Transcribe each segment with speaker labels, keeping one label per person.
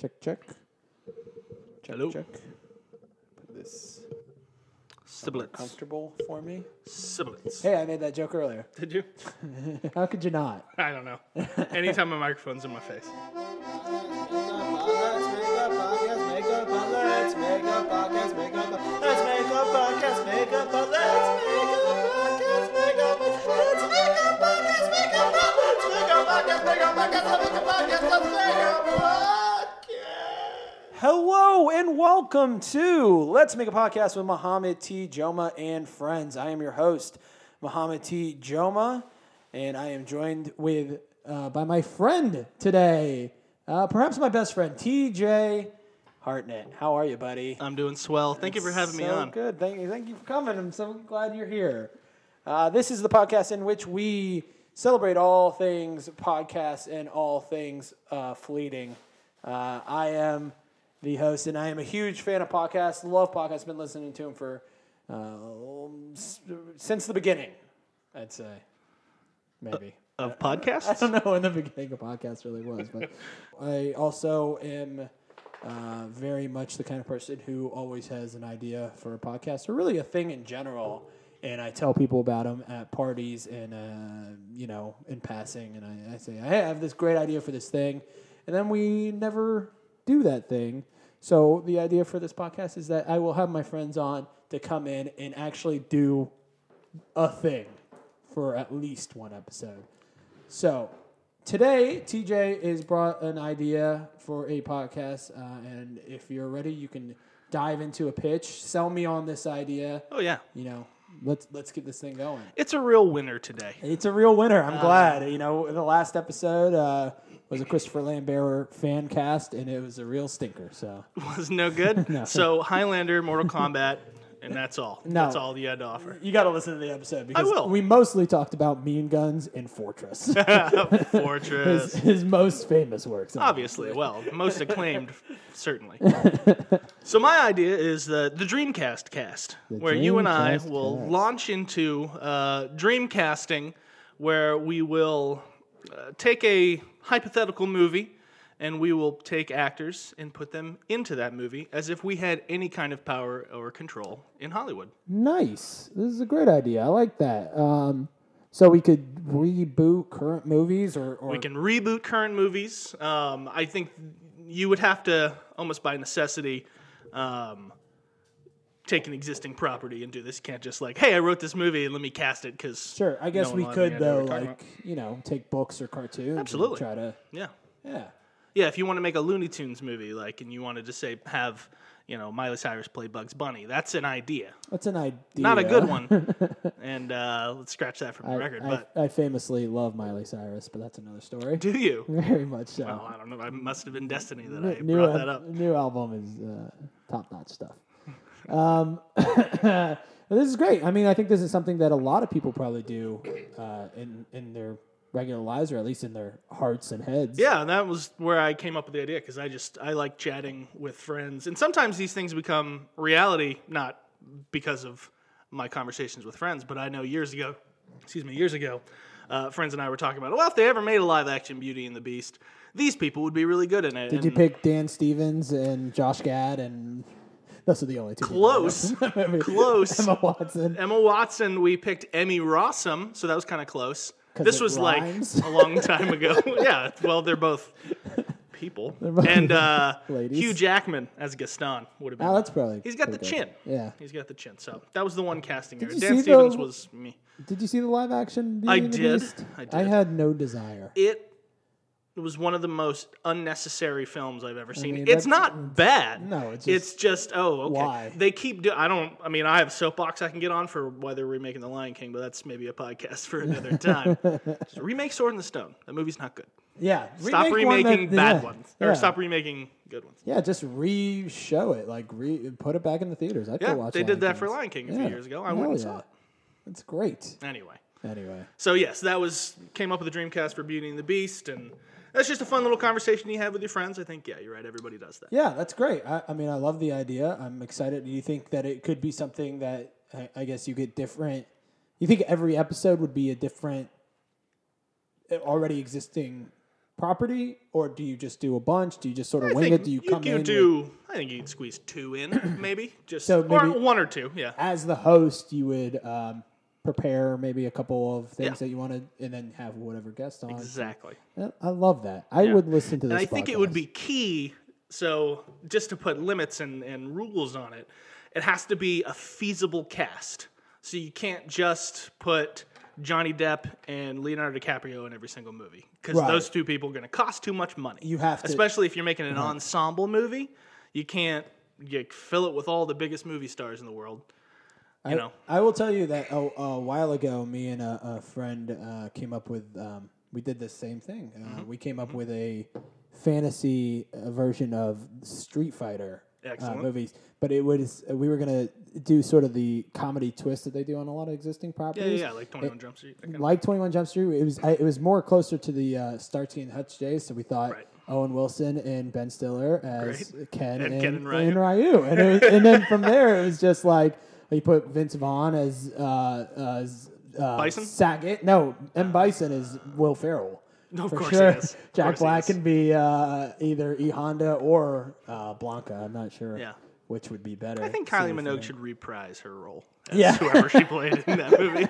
Speaker 1: Check, check. Check,
Speaker 2: Hello.
Speaker 1: check. Put this
Speaker 2: Siblets.
Speaker 1: comfortable for me.
Speaker 2: Siblets.
Speaker 1: Hey, I made that joke earlier.
Speaker 2: Did you?
Speaker 1: How could you not?
Speaker 2: I don't know. Anytime my microphone's in my face.
Speaker 1: Hello and welcome to Let's Make a Podcast with Muhammad T. Joma and friends. I am your host, Muhammad T. Joma, and I am joined with uh, by my friend today, uh, perhaps my best friend, T.J. Hartnett. How are you, buddy?
Speaker 2: I'm doing swell. Thank you for having me
Speaker 1: so
Speaker 2: on.
Speaker 1: Good. Thank you. Thank you for coming. I'm so glad you're here. Uh, this is the podcast in which we celebrate all things podcasts and all things uh, fleeting. Uh, I am the host, and I am a huge fan of podcasts. Love podcasts. Been listening to them for uh, s- since the beginning. I'd say maybe.
Speaker 2: Of
Speaker 1: I
Speaker 2: podcasts?
Speaker 1: don't know when the beginning of podcast really was, but I also am uh, very much the kind of person who always has an idea for a podcast or really a thing in general, and I tell people about them at parties and uh, you know in passing, and I, I say I have this great idea for this thing, and then we never do that thing. So the idea for this podcast is that I will have my friends on to come in and actually do a thing for at least one episode. So today, TJ has brought an idea for a podcast, uh, and if you're ready, you can dive into a pitch. Sell me on this idea.
Speaker 2: Oh, yeah.
Speaker 1: You know, let's let's get this thing going. Uh,
Speaker 2: It's a real winner today.
Speaker 1: It's a real winner. I'm glad. You know, the last episode uh, was a Christopher Lambert fan cast, and it was a real stinker. So
Speaker 2: was no good. So, Highlander, Mortal Kombat, and that's all.
Speaker 1: No.
Speaker 2: That's all you had to offer.
Speaker 1: you got to listen to the episode because
Speaker 2: will.
Speaker 1: we mostly talked about Mean Guns and Fortress, his,
Speaker 2: Fortress.
Speaker 1: his most famous works.
Speaker 2: Obviously, well, most acclaimed, certainly. so my idea is the the Dreamcast cast, where you and I
Speaker 1: Dreamcast
Speaker 2: will
Speaker 1: cast.
Speaker 2: launch into uh, dreamcasting, where we will uh, take a hypothetical movie, and we will take actors and put them into that movie as if we had any kind of power or control in Hollywood.
Speaker 1: Nice. This is a great idea. I like that. Um, so we could reboot current movies, or, or
Speaker 2: We can reboot current movies. Um, I think you would have to almost by necessity um, take an existing property and do this. You can't just like, hey, I wrote this movie and let me cast it because
Speaker 1: sure. I guess
Speaker 2: No
Speaker 1: we
Speaker 2: one
Speaker 1: could
Speaker 2: had any idea what
Speaker 1: though,
Speaker 2: we're talking
Speaker 1: like you know, take books or cartoons. and
Speaker 2: Absolutely.
Speaker 1: try to
Speaker 2: yeah,
Speaker 1: yeah.
Speaker 2: yeah. If you want to make a Looney Tunes movie, like, and you want to just say have you know Miley Cyrus play Bugs Bunny, that's an idea,
Speaker 1: That's an idea.
Speaker 2: not a good one. and uh, let's scratch that from the
Speaker 1: I,
Speaker 2: record.
Speaker 1: I-
Speaker 2: but
Speaker 1: I famously love Miley Cyrus, but that's another story.
Speaker 2: do you?
Speaker 1: Very much so.
Speaker 2: Well, I don't know. I must have been destiny that I
Speaker 1: new,
Speaker 2: brought
Speaker 1: al-
Speaker 2: that up.
Speaker 1: new album is uh, top notch stuff. Um, this is great. I mean, I think this is something that a lot of people probably do uh, in in their regular lives, or at least in their hearts and heads.
Speaker 2: Yeah, and that was where I came up with the idea because I just I like chatting with friends, and sometimes these things become reality not because of my conversations with friends, but I know years ago, excuse me, years ago, uh, friends and I were talking about, well, if they ever made a live action Beauty and the Beast, these people would be really good in it.
Speaker 1: Did you pick Dan Stevens and Josh Gad, and those are the only two. people I know.
Speaker 2: close? close.
Speaker 1: Emma Watson.
Speaker 2: Emma Watson, we picked Emmy Rossum, so that was kind of close.
Speaker 1: 'Cause
Speaker 2: This
Speaker 1: it
Speaker 2: was
Speaker 1: rhymes?
Speaker 2: like a long time ago. yeah, well, they're both people.
Speaker 1: both
Speaker 2: and uh,
Speaker 1: ladies.
Speaker 2: Hugh Jackman as Gaston would have been.
Speaker 1: Oh, that's probably.
Speaker 2: He's got the
Speaker 1: pretty
Speaker 2: chin.
Speaker 1: good. Yeah.
Speaker 2: He's got the chin. So that was the one casting error.
Speaker 1: you
Speaker 2: Dan
Speaker 1: see
Speaker 2: Stevens
Speaker 1: the-
Speaker 2: was me.
Speaker 1: Did you see the live action? Beauty
Speaker 2: I
Speaker 1: and the
Speaker 2: did.
Speaker 1: Beast?
Speaker 2: I did.
Speaker 1: I had no desire.
Speaker 2: It was one of the most unnecessary films I've ever seen.
Speaker 1: mean,
Speaker 2: it's
Speaker 1: that's-
Speaker 2: not bad.
Speaker 1: no, it's
Speaker 2: just oh, okay.
Speaker 1: Why?
Speaker 2: They keep do I don't I mean, I have a soapbox I can get on for why they're remaking The Lion King, but that's maybe a podcast for another time. just remake Sword in the Stone. That movie's not good.
Speaker 1: Yeah.
Speaker 2: Stop
Speaker 1: remake one that-
Speaker 2: remaking bad
Speaker 1: yeah,
Speaker 2: ones. Or
Speaker 1: yeah.
Speaker 2: stop remaking good ones.
Speaker 1: Yeah, just re-show it, like re put it back in the theaters. I
Speaker 2: Yeah,
Speaker 1: could watch.
Speaker 2: they
Speaker 1: Lion
Speaker 2: did that for
Speaker 1: Kings.
Speaker 2: Lion King a
Speaker 1: Yeah.
Speaker 2: few years ago. I
Speaker 1: Hell
Speaker 2: went and
Speaker 1: yeah.
Speaker 2: saw it.
Speaker 1: It's great.
Speaker 2: Anyway.
Speaker 1: Anyway,
Speaker 2: So yes, that was came up with the Dreamcast for Beauty and the Beast, and that's just a fun little conversation you have with your friends. I think yeah, you're right. Everybody does that.
Speaker 1: yeah, that's great. I, I mean, I love the idea. I'm excited. Do you think that it could be something that I, I guess you get different? You think every episode would be a different, already eh, existing property, or do you just do a bunch? Do you just sort of
Speaker 2: I
Speaker 1: wing
Speaker 2: think
Speaker 1: it? Do you come
Speaker 2: could
Speaker 1: in with-
Speaker 2: do. I think you'd squeeze two in, maybe just
Speaker 1: So
Speaker 2: or
Speaker 1: maybe-
Speaker 2: one or two. Yeah,
Speaker 1: as the host? You would um, prepare maybe a couple of things that you wanted, and then have whatever guest on.
Speaker 2: exactly.
Speaker 1: Yeah, I love that. I would listen to this.
Speaker 2: And I think it would
Speaker 1: podcast.
Speaker 2: be key. So just to put limits and, and rules on it, it has to be a feasible cast. So you can't just put Johnny Depp and Leonardo DiCaprio in every single movie because
Speaker 1: Right.
Speaker 2: those two people are going to cost too much money.
Speaker 1: You have to- Uh-huh.
Speaker 2: especially if you're making an ensemble movie. You can't you fill it with all the biggest movie stars in the world. You
Speaker 1: I,
Speaker 2: know,
Speaker 1: I will tell you that a, a while ago, me and a, a friend uh, came up with. Um, we did the same thing. Uh,
Speaker 2: Mm-hmm.
Speaker 1: We came up with a fantasy uh, version of Street Fighter uh,
Speaker 2: Excellent.
Speaker 1: movies, but it was we were gonna do sort of the comedy twist that they do on a lot of existing
Speaker 2: yeah,
Speaker 1: properties.
Speaker 2: yeah, like Twenty One Jump Street. that kind of-
Speaker 1: Like Twenty One Jump Street, it was I, it was more closer to the uh, Starsky and Hutch days. So we thought
Speaker 2: Right.
Speaker 1: Owen Wilson and Ben Stiller as
Speaker 2: Great.
Speaker 1: Ken and,
Speaker 2: And
Speaker 1: and,
Speaker 2: Ken and Ryu.
Speaker 1: Ryu. and it was, and then from there it was just like you put Vince Vaughn as uh, as uh,
Speaker 2: Bison?
Speaker 1: Saget. No, M Bison is Will Ferrell.
Speaker 2: No, of
Speaker 1: for
Speaker 2: course he is. Of
Speaker 1: Jack
Speaker 2: course he
Speaker 1: Black
Speaker 2: is.
Speaker 1: can be uh, either E Honda or uh, Blanca. I'm not sure.
Speaker 2: Yeah.
Speaker 1: Which would be better?
Speaker 2: I think
Speaker 1: So
Speaker 2: Kylie
Speaker 1: if, uh,
Speaker 2: Minogue should reprise her role as
Speaker 1: Yeah.
Speaker 2: whoever she played in that movie.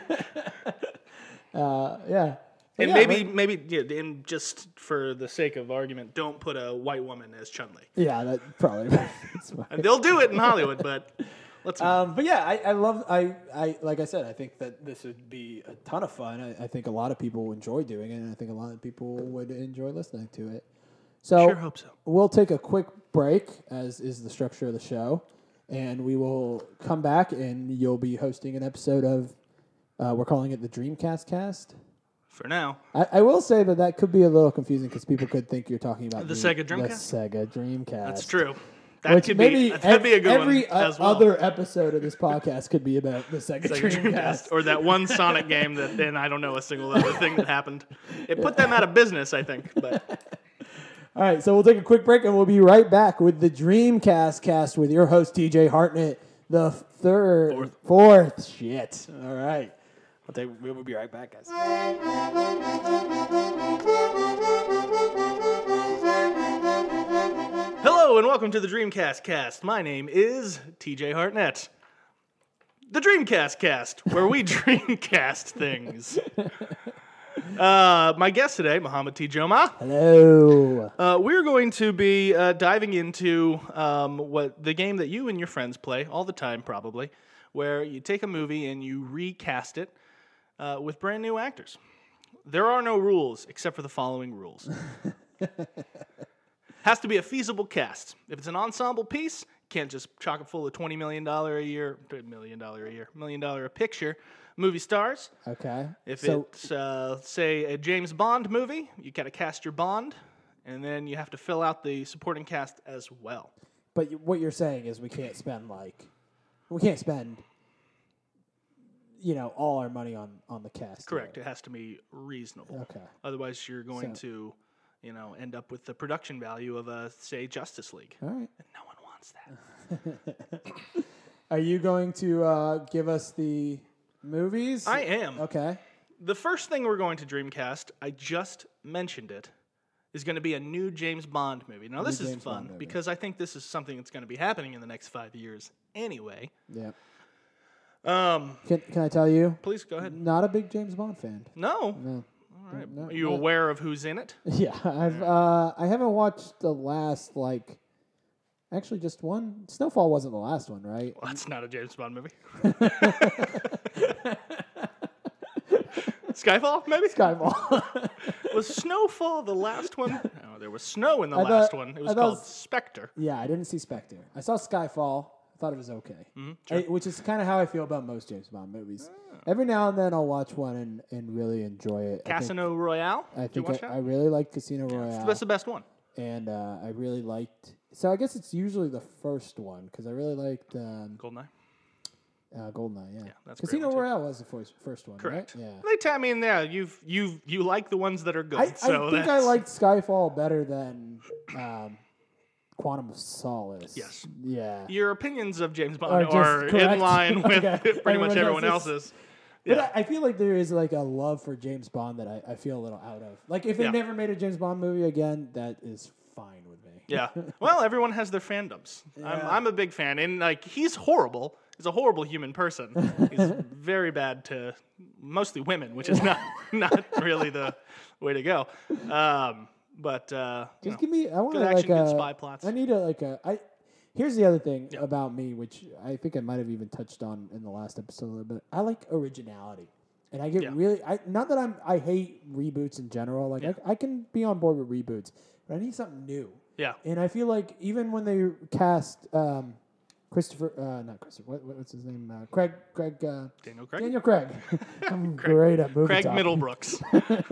Speaker 1: Uh, yeah. But
Speaker 2: And
Speaker 1: yeah,
Speaker 2: maybe,
Speaker 1: but-
Speaker 2: maybe, yeah, and just for the sake of argument, don't put a white woman as Chun Li.
Speaker 1: yeah, that probably. that's fine.
Speaker 2: They'll do it in Hollywood, but let's.
Speaker 1: Um, but yeah, I, I love I, I like I said, I think that this would be a ton of fun. I, I think a lot of people would enjoy doing it, and I think a lot of people would enjoy listening to it. So
Speaker 2: Sure hope so.
Speaker 1: We'll take a quick break, as is the structure of the show, and we will come back, and you'll be hosting an episode of. Uh, we're calling it the Dreamcast Cast.
Speaker 2: for now,
Speaker 1: I, I will say that that could be a little confusing because people could think you're talking about
Speaker 2: The Sega Dreamcast?
Speaker 1: The Sega Dreamcast.
Speaker 2: that's true. That
Speaker 1: Which
Speaker 2: could
Speaker 1: maybe
Speaker 2: be that'd be a good
Speaker 1: every
Speaker 2: one
Speaker 1: o-
Speaker 2: as well.
Speaker 1: other episode of this podcast could be about the Sega,
Speaker 2: Sega
Speaker 1: Dreamcast.
Speaker 2: Dreamcast, or that one Sonic game that then I don't know a single other thing that happened. It put them out of business, I think. But
Speaker 1: All right, so we'll take a quick break and we'll be right back with the Dreamcast cast with your host TJ Hartnett, the third, fourth, shit. All right, I'll take, we'll be right back, guys.
Speaker 2: hello and welcome to the Dreamcast Cast. My name is TJ Hartnett. The Dreamcast Cast, where we dreamcast things. Uh, my guest today, Muhammad T. Joma.
Speaker 1: Hello.
Speaker 2: Uh, we're going to be uh, diving into um, what the game that you and your friends play all the time, probably, where you take a movie and you recast it uh, with brand new actors. There are no rules except for the following rules. Has to be a feasible cast. If it's an ensemble piece, can't just chock it full of twenty million dollar a year, million dollar a year, million dollar a picture movie stars.
Speaker 1: Okay.
Speaker 2: If
Speaker 1: so
Speaker 2: it's uh, say a James Bond movie, you got to cast your Bond, and then you have to fill out the supporting cast as well.
Speaker 1: but you- what you're saying is we can't spend like we can't spend you know all our money on on the cast.
Speaker 2: Correct. It has to be reasonable.
Speaker 1: Okay.
Speaker 2: Otherwise, you're going to, you know, end up with the production value of a say Justice League.
Speaker 1: All right.
Speaker 2: No one wants that.
Speaker 1: Are you going to uh, give us the movies?
Speaker 2: I am.
Speaker 1: Okay.
Speaker 2: The first thing we're going to Dreamcast, I just mentioned it, is going to be a new James Bond movie. Now, this is
Speaker 1: James Bond
Speaker 2: fun
Speaker 1: movie.
Speaker 2: because I think this is something that's going to be happening in the next five years anyway.
Speaker 1: Yeah.
Speaker 2: Um,
Speaker 1: Can, can I tell you?
Speaker 2: please go ahead.
Speaker 1: Not a big James Bond fan.
Speaker 2: No.
Speaker 1: No.
Speaker 2: All right.
Speaker 1: No,
Speaker 2: Are you
Speaker 1: no.
Speaker 2: aware of who's in it?
Speaker 1: Yeah, I've uh, I haven't watched the last like, actually just one. Snowfall wasn't the last one, right?
Speaker 2: Well, that's not a James Bond movie. Skyfall, maybe?
Speaker 1: Skyfall.
Speaker 2: Was Snowfall the last one? No, there was snow in the
Speaker 1: thought-
Speaker 2: last one. It
Speaker 1: I
Speaker 2: was
Speaker 1: thought
Speaker 2: called
Speaker 1: s-
Speaker 2: Spectre.
Speaker 1: yeah, I didn't see Spectre. I saw Skyfall. I thought it was okay,
Speaker 2: Mm-hmm.
Speaker 1: I- which is kind of how I feel about most James Bond movies.
Speaker 2: Ah.
Speaker 1: Every now and then I'll watch one and, and really enjoy it.
Speaker 2: Casino Royale.
Speaker 1: I
Speaker 2: Did you
Speaker 1: think, I,
Speaker 2: watch
Speaker 1: think I,
Speaker 2: that?
Speaker 1: I really liked Casino Royale.
Speaker 2: That's the best one.
Speaker 1: and uh, I really liked. So I guess it's usually the first one because I really liked um,
Speaker 2: Goldeneye.
Speaker 1: uh, Goldeneye. Yeah,
Speaker 2: that's a great
Speaker 1: Casino
Speaker 2: one, too.
Speaker 1: Royale was the first first one,
Speaker 2: Correct.
Speaker 1: right? Yeah.
Speaker 2: They tell me in there you've you you like the ones that are good.
Speaker 1: I, I
Speaker 2: so
Speaker 1: think I
Speaker 2: that's-
Speaker 1: liked Skyfall better than um, Quantum of Solace.
Speaker 2: Yes.
Speaker 1: Yeah.
Speaker 2: your opinions of James
Speaker 1: Are
Speaker 2: Bond
Speaker 1: just
Speaker 2: are in
Speaker 1: correct.
Speaker 2: line with
Speaker 1: Okay.
Speaker 2: pretty much
Speaker 1: Everyone
Speaker 2: everyone
Speaker 1: else's.
Speaker 2: else's.
Speaker 1: But I, I feel like there is like a love for James Bond that I, I feel a little out of. Like if they
Speaker 2: Yeah.
Speaker 1: never made a James Bond movie again, that is fine with me.
Speaker 2: Yeah. Well, everyone has their fandoms. I'm, I'm a big fan, and like he's horrible. He's a horrible human person. He's very bad to mostly women, which is not not really the way to go. Um, but uh, you
Speaker 1: Just
Speaker 2: know.
Speaker 1: give me. I want
Speaker 2: Good
Speaker 1: like
Speaker 2: action,
Speaker 1: a,
Speaker 2: good spy plots.
Speaker 1: I need a like a. I here's the other thing about me, which I think I might have even touched on in the last episode a little bit. I like originality, and I get really. I not that I'm. I hate reboots in general. Like I, I can be on board with reboots, but I need something new.
Speaker 2: yeah,
Speaker 1: And I feel like even when they cast um, Christopher, uh, not Christopher, what, what- what's his name? Uh, Craig, Craig, uh,
Speaker 2: Daniel Craig.
Speaker 1: Daniel Craig. I'm great at movie
Speaker 2: Craig
Speaker 1: talk.
Speaker 2: Middlebrooks.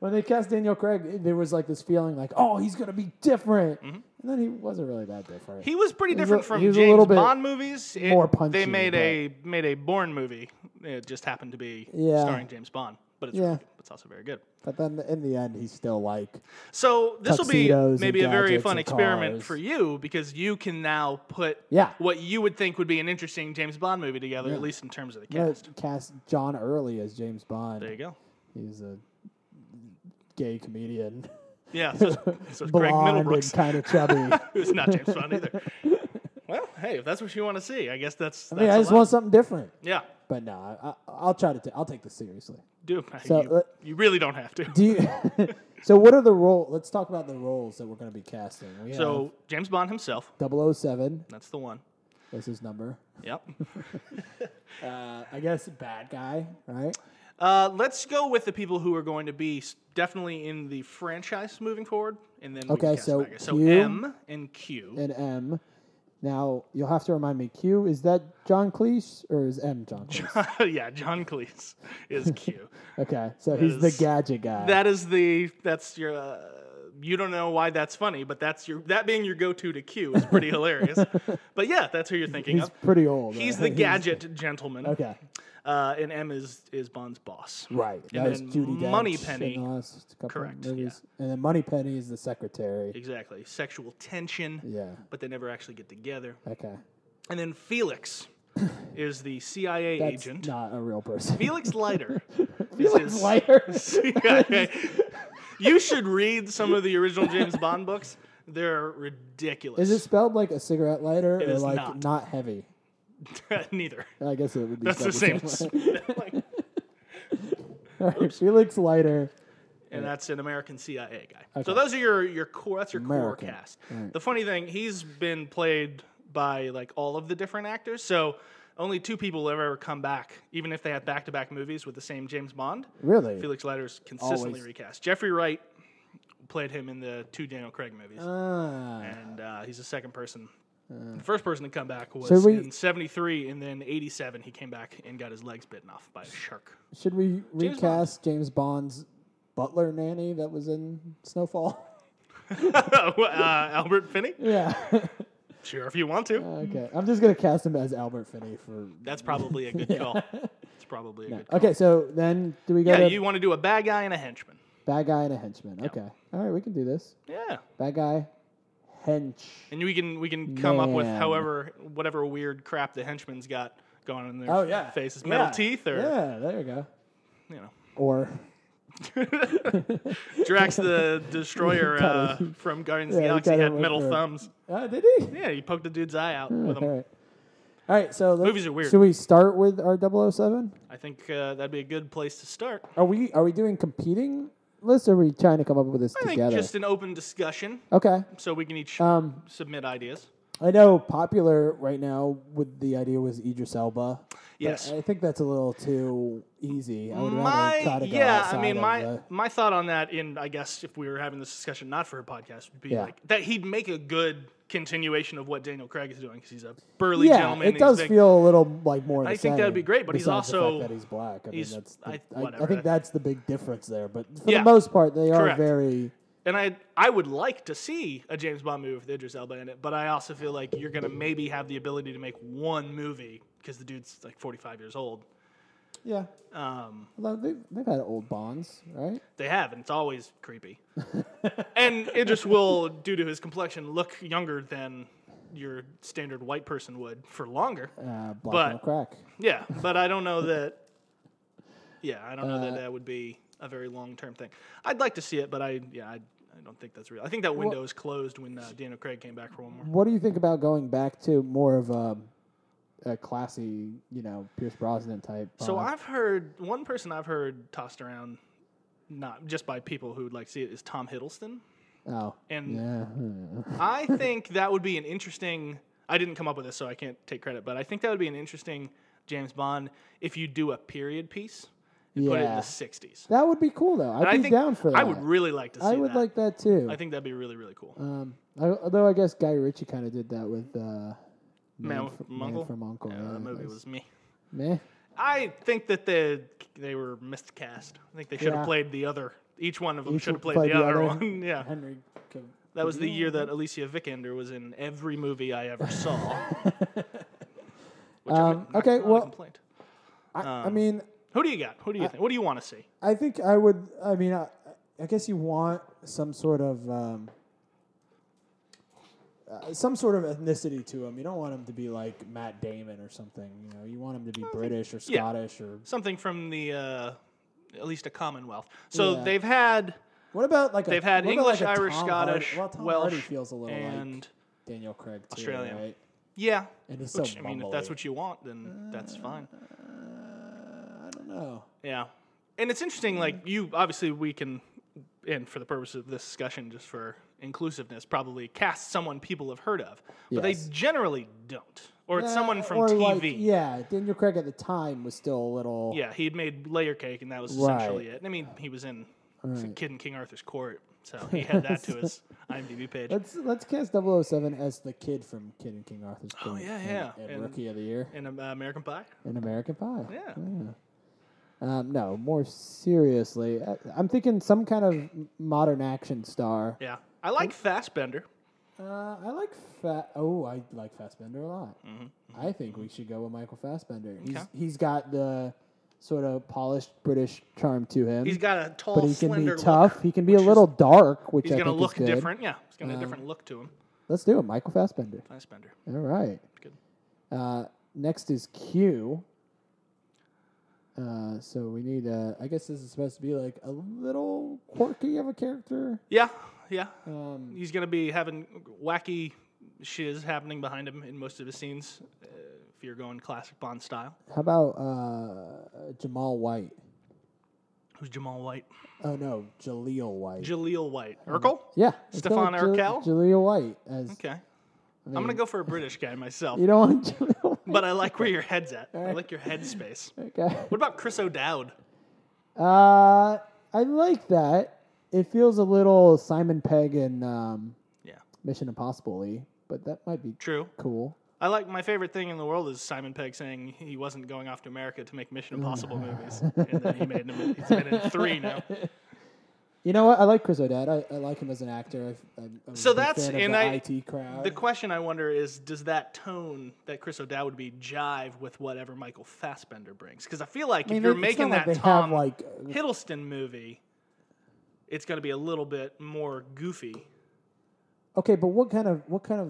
Speaker 1: When they cast Daniel Craig, it- there was like this feeling like, oh, he's gonna be different, and then he wasn't really that different.
Speaker 2: Mm-hmm. He was pretty
Speaker 1: was a-
Speaker 2: different from
Speaker 1: he was a
Speaker 2: James
Speaker 1: little bit
Speaker 2: Bond movies. It-
Speaker 1: more punchy,
Speaker 2: They made a made a Bourne movie. It just happened to be
Speaker 1: Yeah.
Speaker 2: starring James Bond, but it's
Speaker 1: Yeah.
Speaker 2: really- it's also very good.
Speaker 1: but then in the end, he's still like,
Speaker 2: So this will be
Speaker 1: Tuxedos and
Speaker 2: maybe a very
Speaker 1: gadgets
Speaker 2: fun
Speaker 1: and
Speaker 2: experiment
Speaker 1: cars.
Speaker 2: for you because you can now put
Speaker 1: Yeah.
Speaker 2: what you would think would be an interesting James Bond movie together, at least in terms of the
Speaker 1: "I'm gonna
Speaker 2: cast.
Speaker 1: uh, cast John Early as James Bond.
Speaker 2: There you go.
Speaker 1: He's a gay comedian,
Speaker 2: Yeah, so, it's- so it's Craig
Speaker 1: blonde and
Speaker 2: Middlebrooks,
Speaker 1: kind of chubby.
Speaker 2: who's not James Bond either. Well, hey, if that's what you want to see, I guess that's. that's
Speaker 1: I mean, I just
Speaker 2: allowed.
Speaker 1: want something different.
Speaker 2: yeah,
Speaker 1: But no, I, I, I'll try to. i I'll take this seriously.
Speaker 2: do
Speaker 1: So,
Speaker 2: you,
Speaker 1: uh,
Speaker 2: you really don't have to.
Speaker 1: Do you, so what are the role? Let's talk about the roles that we're going to be casting. We
Speaker 2: So James Bond himself,
Speaker 1: have 007.
Speaker 2: that's the one.
Speaker 1: That's his number.
Speaker 2: Yep.
Speaker 1: Uh, I guess bad guy, right?
Speaker 2: Uh, let's go with the people who are going to be s- definitely in the franchise moving forward, and then we
Speaker 1: Okay,
Speaker 2: can cast
Speaker 1: so
Speaker 2: back. so
Speaker 1: Q-
Speaker 2: M and Q.
Speaker 1: And M. Now you'll have to remind me. Q is that John Cleese or is M John? Cleese?
Speaker 2: yeah, John Cleese is Q.
Speaker 1: Okay, so he's the
Speaker 2: is-
Speaker 1: gadget guy.
Speaker 2: that is the that's your. Uh, you don't know why that's funny, but that's your that being your go-to to Q is pretty hilarious. But yeah, that's who you're thinking
Speaker 1: he's
Speaker 2: of.
Speaker 1: pretty old.
Speaker 2: He's
Speaker 1: right?
Speaker 2: the gadget gentleman.
Speaker 1: Okay,
Speaker 2: Uh, and M is is Bond's boss.
Speaker 1: right.
Speaker 2: And
Speaker 1: that was
Speaker 2: then
Speaker 1: Judy Dench
Speaker 2: Moneypenny-
Speaker 1: in the last couple of
Speaker 2: Correct,
Speaker 1: movies. And then Money Penny is the secretary.
Speaker 2: Exactly. Sexual tension.
Speaker 1: Yeah.
Speaker 2: But they never actually get together.
Speaker 1: Okay,
Speaker 2: And then Felix is the CIA
Speaker 1: that's
Speaker 2: agent.
Speaker 1: not a real person.
Speaker 2: Felix Leiter.
Speaker 1: Felix
Speaker 2: is-
Speaker 1: Leiter.
Speaker 2: CIA. You should read some of the original James Bond books. They're ridiculous.
Speaker 1: Is it spelled like a cigarette lighter or
Speaker 2: is
Speaker 1: like
Speaker 2: not.
Speaker 1: not. heavy?
Speaker 2: Neither.
Speaker 1: I guess it would be.
Speaker 2: That's the
Speaker 1: spelled
Speaker 2: same. like-
Speaker 1: All right, Felix Lighter.
Speaker 2: and that's an American CIA guy.
Speaker 1: Okay.
Speaker 2: So those are your your core. That's your
Speaker 1: American.
Speaker 2: core cast.
Speaker 1: Right.
Speaker 2: The funny thing, he's been played by like all of the different actors. So only two people have ever come back, even if they had back to back movies with the same James Bond.
Speaker 1: Really?
Speaker 2: Felix Leiter's consistently
Speaker 1: Always.
Speaker 2: recast. Jeffrey Wright played him in the two Daniel Craig movies,
Speaker 1: ah,
Speaker 2: and uh, he's the second person. the first person to come back was
Speaker 1: Uh. So we-
Speaker 2: in '73, and then '87 he came back and got his legs bitten off by a shark.
Speaker 1: should we
Speaker 2: Bond.
Speaker 1: recast James Bond's butler nanny that was in Snowfall?
Speaker 2: uh, Albert Finney,
Speaker 1: yeah.
Speaker 2: sure if you want to.
Speaker 1: okay, I'm just gonna cast him as Albert Finney for.
Speaker 2: That's probably a good call. It's probably a good call.
Speaker 1: Okay, so then do we get
Speaker 2: Yeah,
Speaker 1: a
Speaker 2: you want to do a bad guy and a henchman.
Speaker 1: bad guy and a henchman? Okay, all right, we can do this.
Speaker 2: Yeah,
Speaker 1: Bad guy, hench.
Speaker 2: and we can we can come up with
Speaker 1: Man.
Speaker 2: however whatever weird crap the henchman's got going on in their
Speaker 1: Oh, yeah.
Speaker 2: faces, metal
Speaker 1: Yeah.
Speaker 2: teeth or
Speaker 1: Yeah, there you go.
Speaker 2: you know.
Speaker 1: Or
Speaker 2: Drax the Destroyer uh,
Speaker 1: Gotta-
Speaker 2: from Guardians
Speaker 1: Yeah, you
Speaker 2: of the Galaxy
Speaker 1: gotta
Speaker 2: had
Speaker 1: look
Speaker 2: metal
Speaker 1: for-
Speaker 2: thumbs.
Speaker 1: uh, did he?
Speaker 2: Yeah, he poked a dude's eye out
Speaker 1: All
Speaker 2: with him.
Speaker 1: right. All right, so let's-
Speaker 2: Movies are weird.
Speaker 1: Should we start with our 007?
Speaker 2: I think uh, that'd be a good place to start.
Speaker 1: Are we are we doing competing lists or are we trying to come up with this
Speaker 2: I think
Speaker 1: together?
Speaker 2: just an open discussion
Speaker 1: okay.
Speaker 2: so we can each
Speaker 1: Um,
Speaker 2: submit ideas.
Speaker 1: I know popular right now with the idea was Idris Elba. but
Speaker 2: Yes.
Speaker 1: I think that's a little too easy. I would rather try
Speaker 2: my
Speaker 1: to go
Speaker 2: yeah i
Speaker 1: outside
Speaker 2: mean
Speaker 1: of
Speaker 2: my
Speaker 1: the-
Speaker 2: my thought on that in i guess if we were having this discussion not for a podcast would be
Speaker 1: Yeah.
Speaker 2: like that he'd make a good continuation of what daniel craig is doing because he's a burly
Speaker 1: yeah,
Speaker 2: gentleman
Speaker 1: it
Speaker 2: he's
Speaker 1: does
Speaker 2: big.
Speaker 1: feel a little like more.
Speaker 2: I
Speaker 1: the
Speaker 2: think that'd be
Speaker 1: same,
Speaker 2: great, but he's
Speaker 1: besides the fact
Speaker 2: also-
Speaker 1: that he's black. I mean,
Speaker 2: he's-
Speaker 1: that's the,
Speaker 2: I-
Speaker 1: I, I,
Speaker 2: whatever,
Speaker 1: think
Speaker 2: I-
Speaker 1: that's the big difference there. But for
Speaker 2: Yeah.
Speaker 1: the most part, they are
Speaker 2: Correct.
Speaker 1: very
Speaker 2: and i i would like to see a james bond movie with idris elba in it but i also feel like you're gonna maybe have the ability to make one movie because the dude's like 45 years old
Speaker 1: yeah.
Speaker 2: um,
Speaker 1: Although they've, they've had old Bonds, right?
Speaker 2: they have and it's always creepy and idris will due to his complexion look younger than your standard white person would for longer
Speaker 1: Uh, black
Speaker 2: But-
Speaker 1: on crack.
Speaker 2: Yeah, but I don't know that Yeah, I don't know that that would be a very long term thing. I'd like to see it, but I yeah I, I don't think that's real. I think that window is closed when uh, Daniel Craig came back for one more.
Speaker 1: What do you think about going back to more of a, a classy, you know, Pierce Brosnan type?
Speaker 2: So
Speaker 1: Bond?
Speaker 2: I've heard one person I've heard tossed around, not just by people who would like to see it, is Tom Hiddleston,
Speaker 1: oh
Speaker 2: and
Speaker 1: yeah, hmm.
Speaker 2: I think that would be an interesting. I didn't come up with this, so I can't take credit, but I think that would be an interesting James Bond if you do a period piece and put it in
Speaker 1: Yeah.
Speaker 2: the '60s.
Speaker 1: that would be cool though. I'd
Speaker 2: And
Speaker 1: be
Speaker 2: I think
Speaker 1: down for that.
Speaker 2: I would really like to see
Speaker 1: I would
Speaker 2: that.
Speaker 1: like that too.
Speaker 2: I think that'd be really really cool.
Speaker 1: um, I, although I guess Guy Ritchie kind of did that with uh,
Speaker 2: Man,
Speaker 1: fr-
Speaker 2: from Uncle.
Speaker 1: Man from Uncle.
Speaker 2: Yeah,
Speaker 1: yeah,
Speaker 2: that movie
Speaker 1: that's-
Speaker 2: was me.
Speaker 1: meh.
Speaker 2: I think that the they were miscast. I think they should have
Speaker 1: Yeah.
Speaker 2: played the other. Each one of them
Speaker 1: Each
Speaker 2: should have
Speaker 1: one played
Speaker 2: played the,
Speaker 1: the
Speaker 2: other,
Speaker 1: other.
Speaker 2: one. Yeah,
Speaker 1: Henry. Cav-
Speaker 2: that was the year
Speaker 1: Mm-hmm.
Speaker 2: that Alicia Vikander was in every movie I ever saw. Which I
Speaker 1: Um,
Speaker 2: mean, not-
Speaker 1: okay,
Speaker 2: not a
Speaker 1: well-
Speaker 2: complaint.
Speaker 1: I,
Speaker 2: Um,
Speaker 1: I mean,
Speaker 2: who do you got? Who do you think? What do you want to see?
Speaker 1: I think I would. I mean, I, I guess you want some sort of um, uh, some sort of ethnicity to him. You don't want him to be like Matt Damon or something. You know, you want him to be British or
Speaker 2: yeah.
Speaker 1: Scottish or
Speaker 2: Something from the uh, at least a Commonwealth. So
Speaker 1: Yeah.
Speaker 2: they've had
Speaker 1: what about like a,
Speaker 2: They've had
Speaker 1: what about, like,
Speaker 2: English,
Speaker 1: a
Speaker 2: Irish,
Speaker 1: Tom
Speaker 2: Scottish,
Speaker 1: Hardy? Well, Tom
Speaker 2: Welsh,
Speaker 1: Hardy feels a little
Speaker 2: and
Speaker 1: like Daniel Craig, too,
Speaker 2: Australian.
Speaker 1: right?
Speaker 2: yeah.
Speaker 1: And he's so
Speaker 2: Which, I mean, if
Speaker 1: bumbly.
Speaker 2: that's
Speaker 1: Uh,
Speaker 2: what you want, then that's fine.
Speaker 1: I don't know.
Speaker 2: Yeah. And it's interesting, like, you obviously, we can, and for the purpose of this discussion, just for inclusiveness, probably cast someone people have heard of. But
Speaker 1: Yes.
Speaker 2: they generally don't. Or it's someone
Speaker 1: Uh,
Speaker 2: from
Speaker 1: or,
Speaker 2: TV.
Speaker 1: like, yeah, Daniel Craig at the time was still a little.
Speaker 2: Yeah, he had made Layer Cake, and that was
Speaker 1: Right.
Speaker 2: essentially it. I mean, he was in he was a
Speaker 1: Right.
Speaker 2: Kid in King Arthur's Court, so he had that to his IMDb page.
Speaker 1: Let's let's cast 007 as the kid from Kid and King Arthur's Court.
Speaker 2: Oh, yeah,
Speaker 1: and-
Speaker 2: yeah,
Speaker 1: And,
Speaker 2: and-
Speaker 1: Rookie of the Year
Speaker 2: in um, uh, American Pie?
Speaker 1: in American Pie.
Speaker 2: Yeah.
Speaker 1: Um, no, more seriously, I, I'm thinking some kind of m- modern action star.
Speaker 2: Yeah. I like Fassbender.
Speaker 1: Uh, I like Fat. Oh, I like Fassbender a lot. I think we should go with Michael Fassbender. He's
Speaker 2: Mm-hmm, Okay.
Speaker 1: he's got the sort of polished British charm to him.
Speaker 2: He's got a tall,
Speaker 1: but he can
Speaker 2: slender
Speaker 1: be tough.
Speaker 2: look.
Speaker 1: he can be a little dark, which I
Speaker 2: He's going to
Speaker 1: think
Speaker 2: look
Speaker 1: is good.
Speaker 2: different. Yeah, he's going to a different look to him.
Speaker 1: Let's do it, Michael Fassbender.
Speaker 2: Fassbender.
Speaker 1: All right.
Speaker 2: Good.
Speaker 1: Uh, next is Q. Uh, so we need. Uh, I guess this is supposed to be like a little quirky of a character.
Speaker 2: Yeah, yeah.
Speaker 1: Um,
Speaker 2: He's going to be having wacky shiz happening behind him in most of his scenes. Uh, if you're going classic Bond style,
Speaker 1: how about uh, Jamal White?
Speaker 2: who's Jamal White?
Speaker 1: Oh no, Jaleel White.
Speaker 2: Jaleel White.
Speaker 1: Mm-hmm.
Speaker 2: Urkel.
Speaker 1: yeah, let's go
Speaker 2: Stefan
Speaker 1: with Jal-
Speaker 2: Urkel?
Speaker 1: Jaleel White as
Speaker 2: Okay. I'm going to go for a British guy myself,
Speaker 1: you don't want Jaleel. White?
Speaker 2: but I like where your head's at. I like your head space.
Speaker 1: Okay.
Speaker 2: What about Chris O'Dowd?
Speaker 1: Uh, I like that. It feels a little Simon Pegg and um,
Speaker 2: Yeah,
Speaker 1: Mission Impossible-y, but that might be
Speaker 2: true.
Speaker 1: cool.
Speaker 2: I like my favorite thing in the world is Simon Pegg saying he wasn't going off to America to make Mission Impossible movies, and then he made them. He's been in three now.
Speaker 1: You know what? I like Chris O'Dowd. I, I like him as an actor. I, I'm, I'm
Speaker 2: So
Speaker 1: a big
Speaker 2: that's-
Speaker 1: fan of
Speaker 2: and
Speaker 1: the
Speaker 2: I-
Speaker 1: IT crowd.
Speaker 2: The question I wonder is, does that tone that Chris O'Dowd would be jive with whatever Michael Fassbender brings? Because I feel like
Speaker 1: I mean,
Speaker 2: if you're
Speaker 1: it's
Speaker 2: making
Speaker 1: not like
Speaker 2: that
Speaker 1: they
Speaker 2: Tom
Speaker 1: have like
Speaker 2: Hiddleston movie, it's going to be a little bit more goofy.
Speaker 1: okay, but what kind of what kind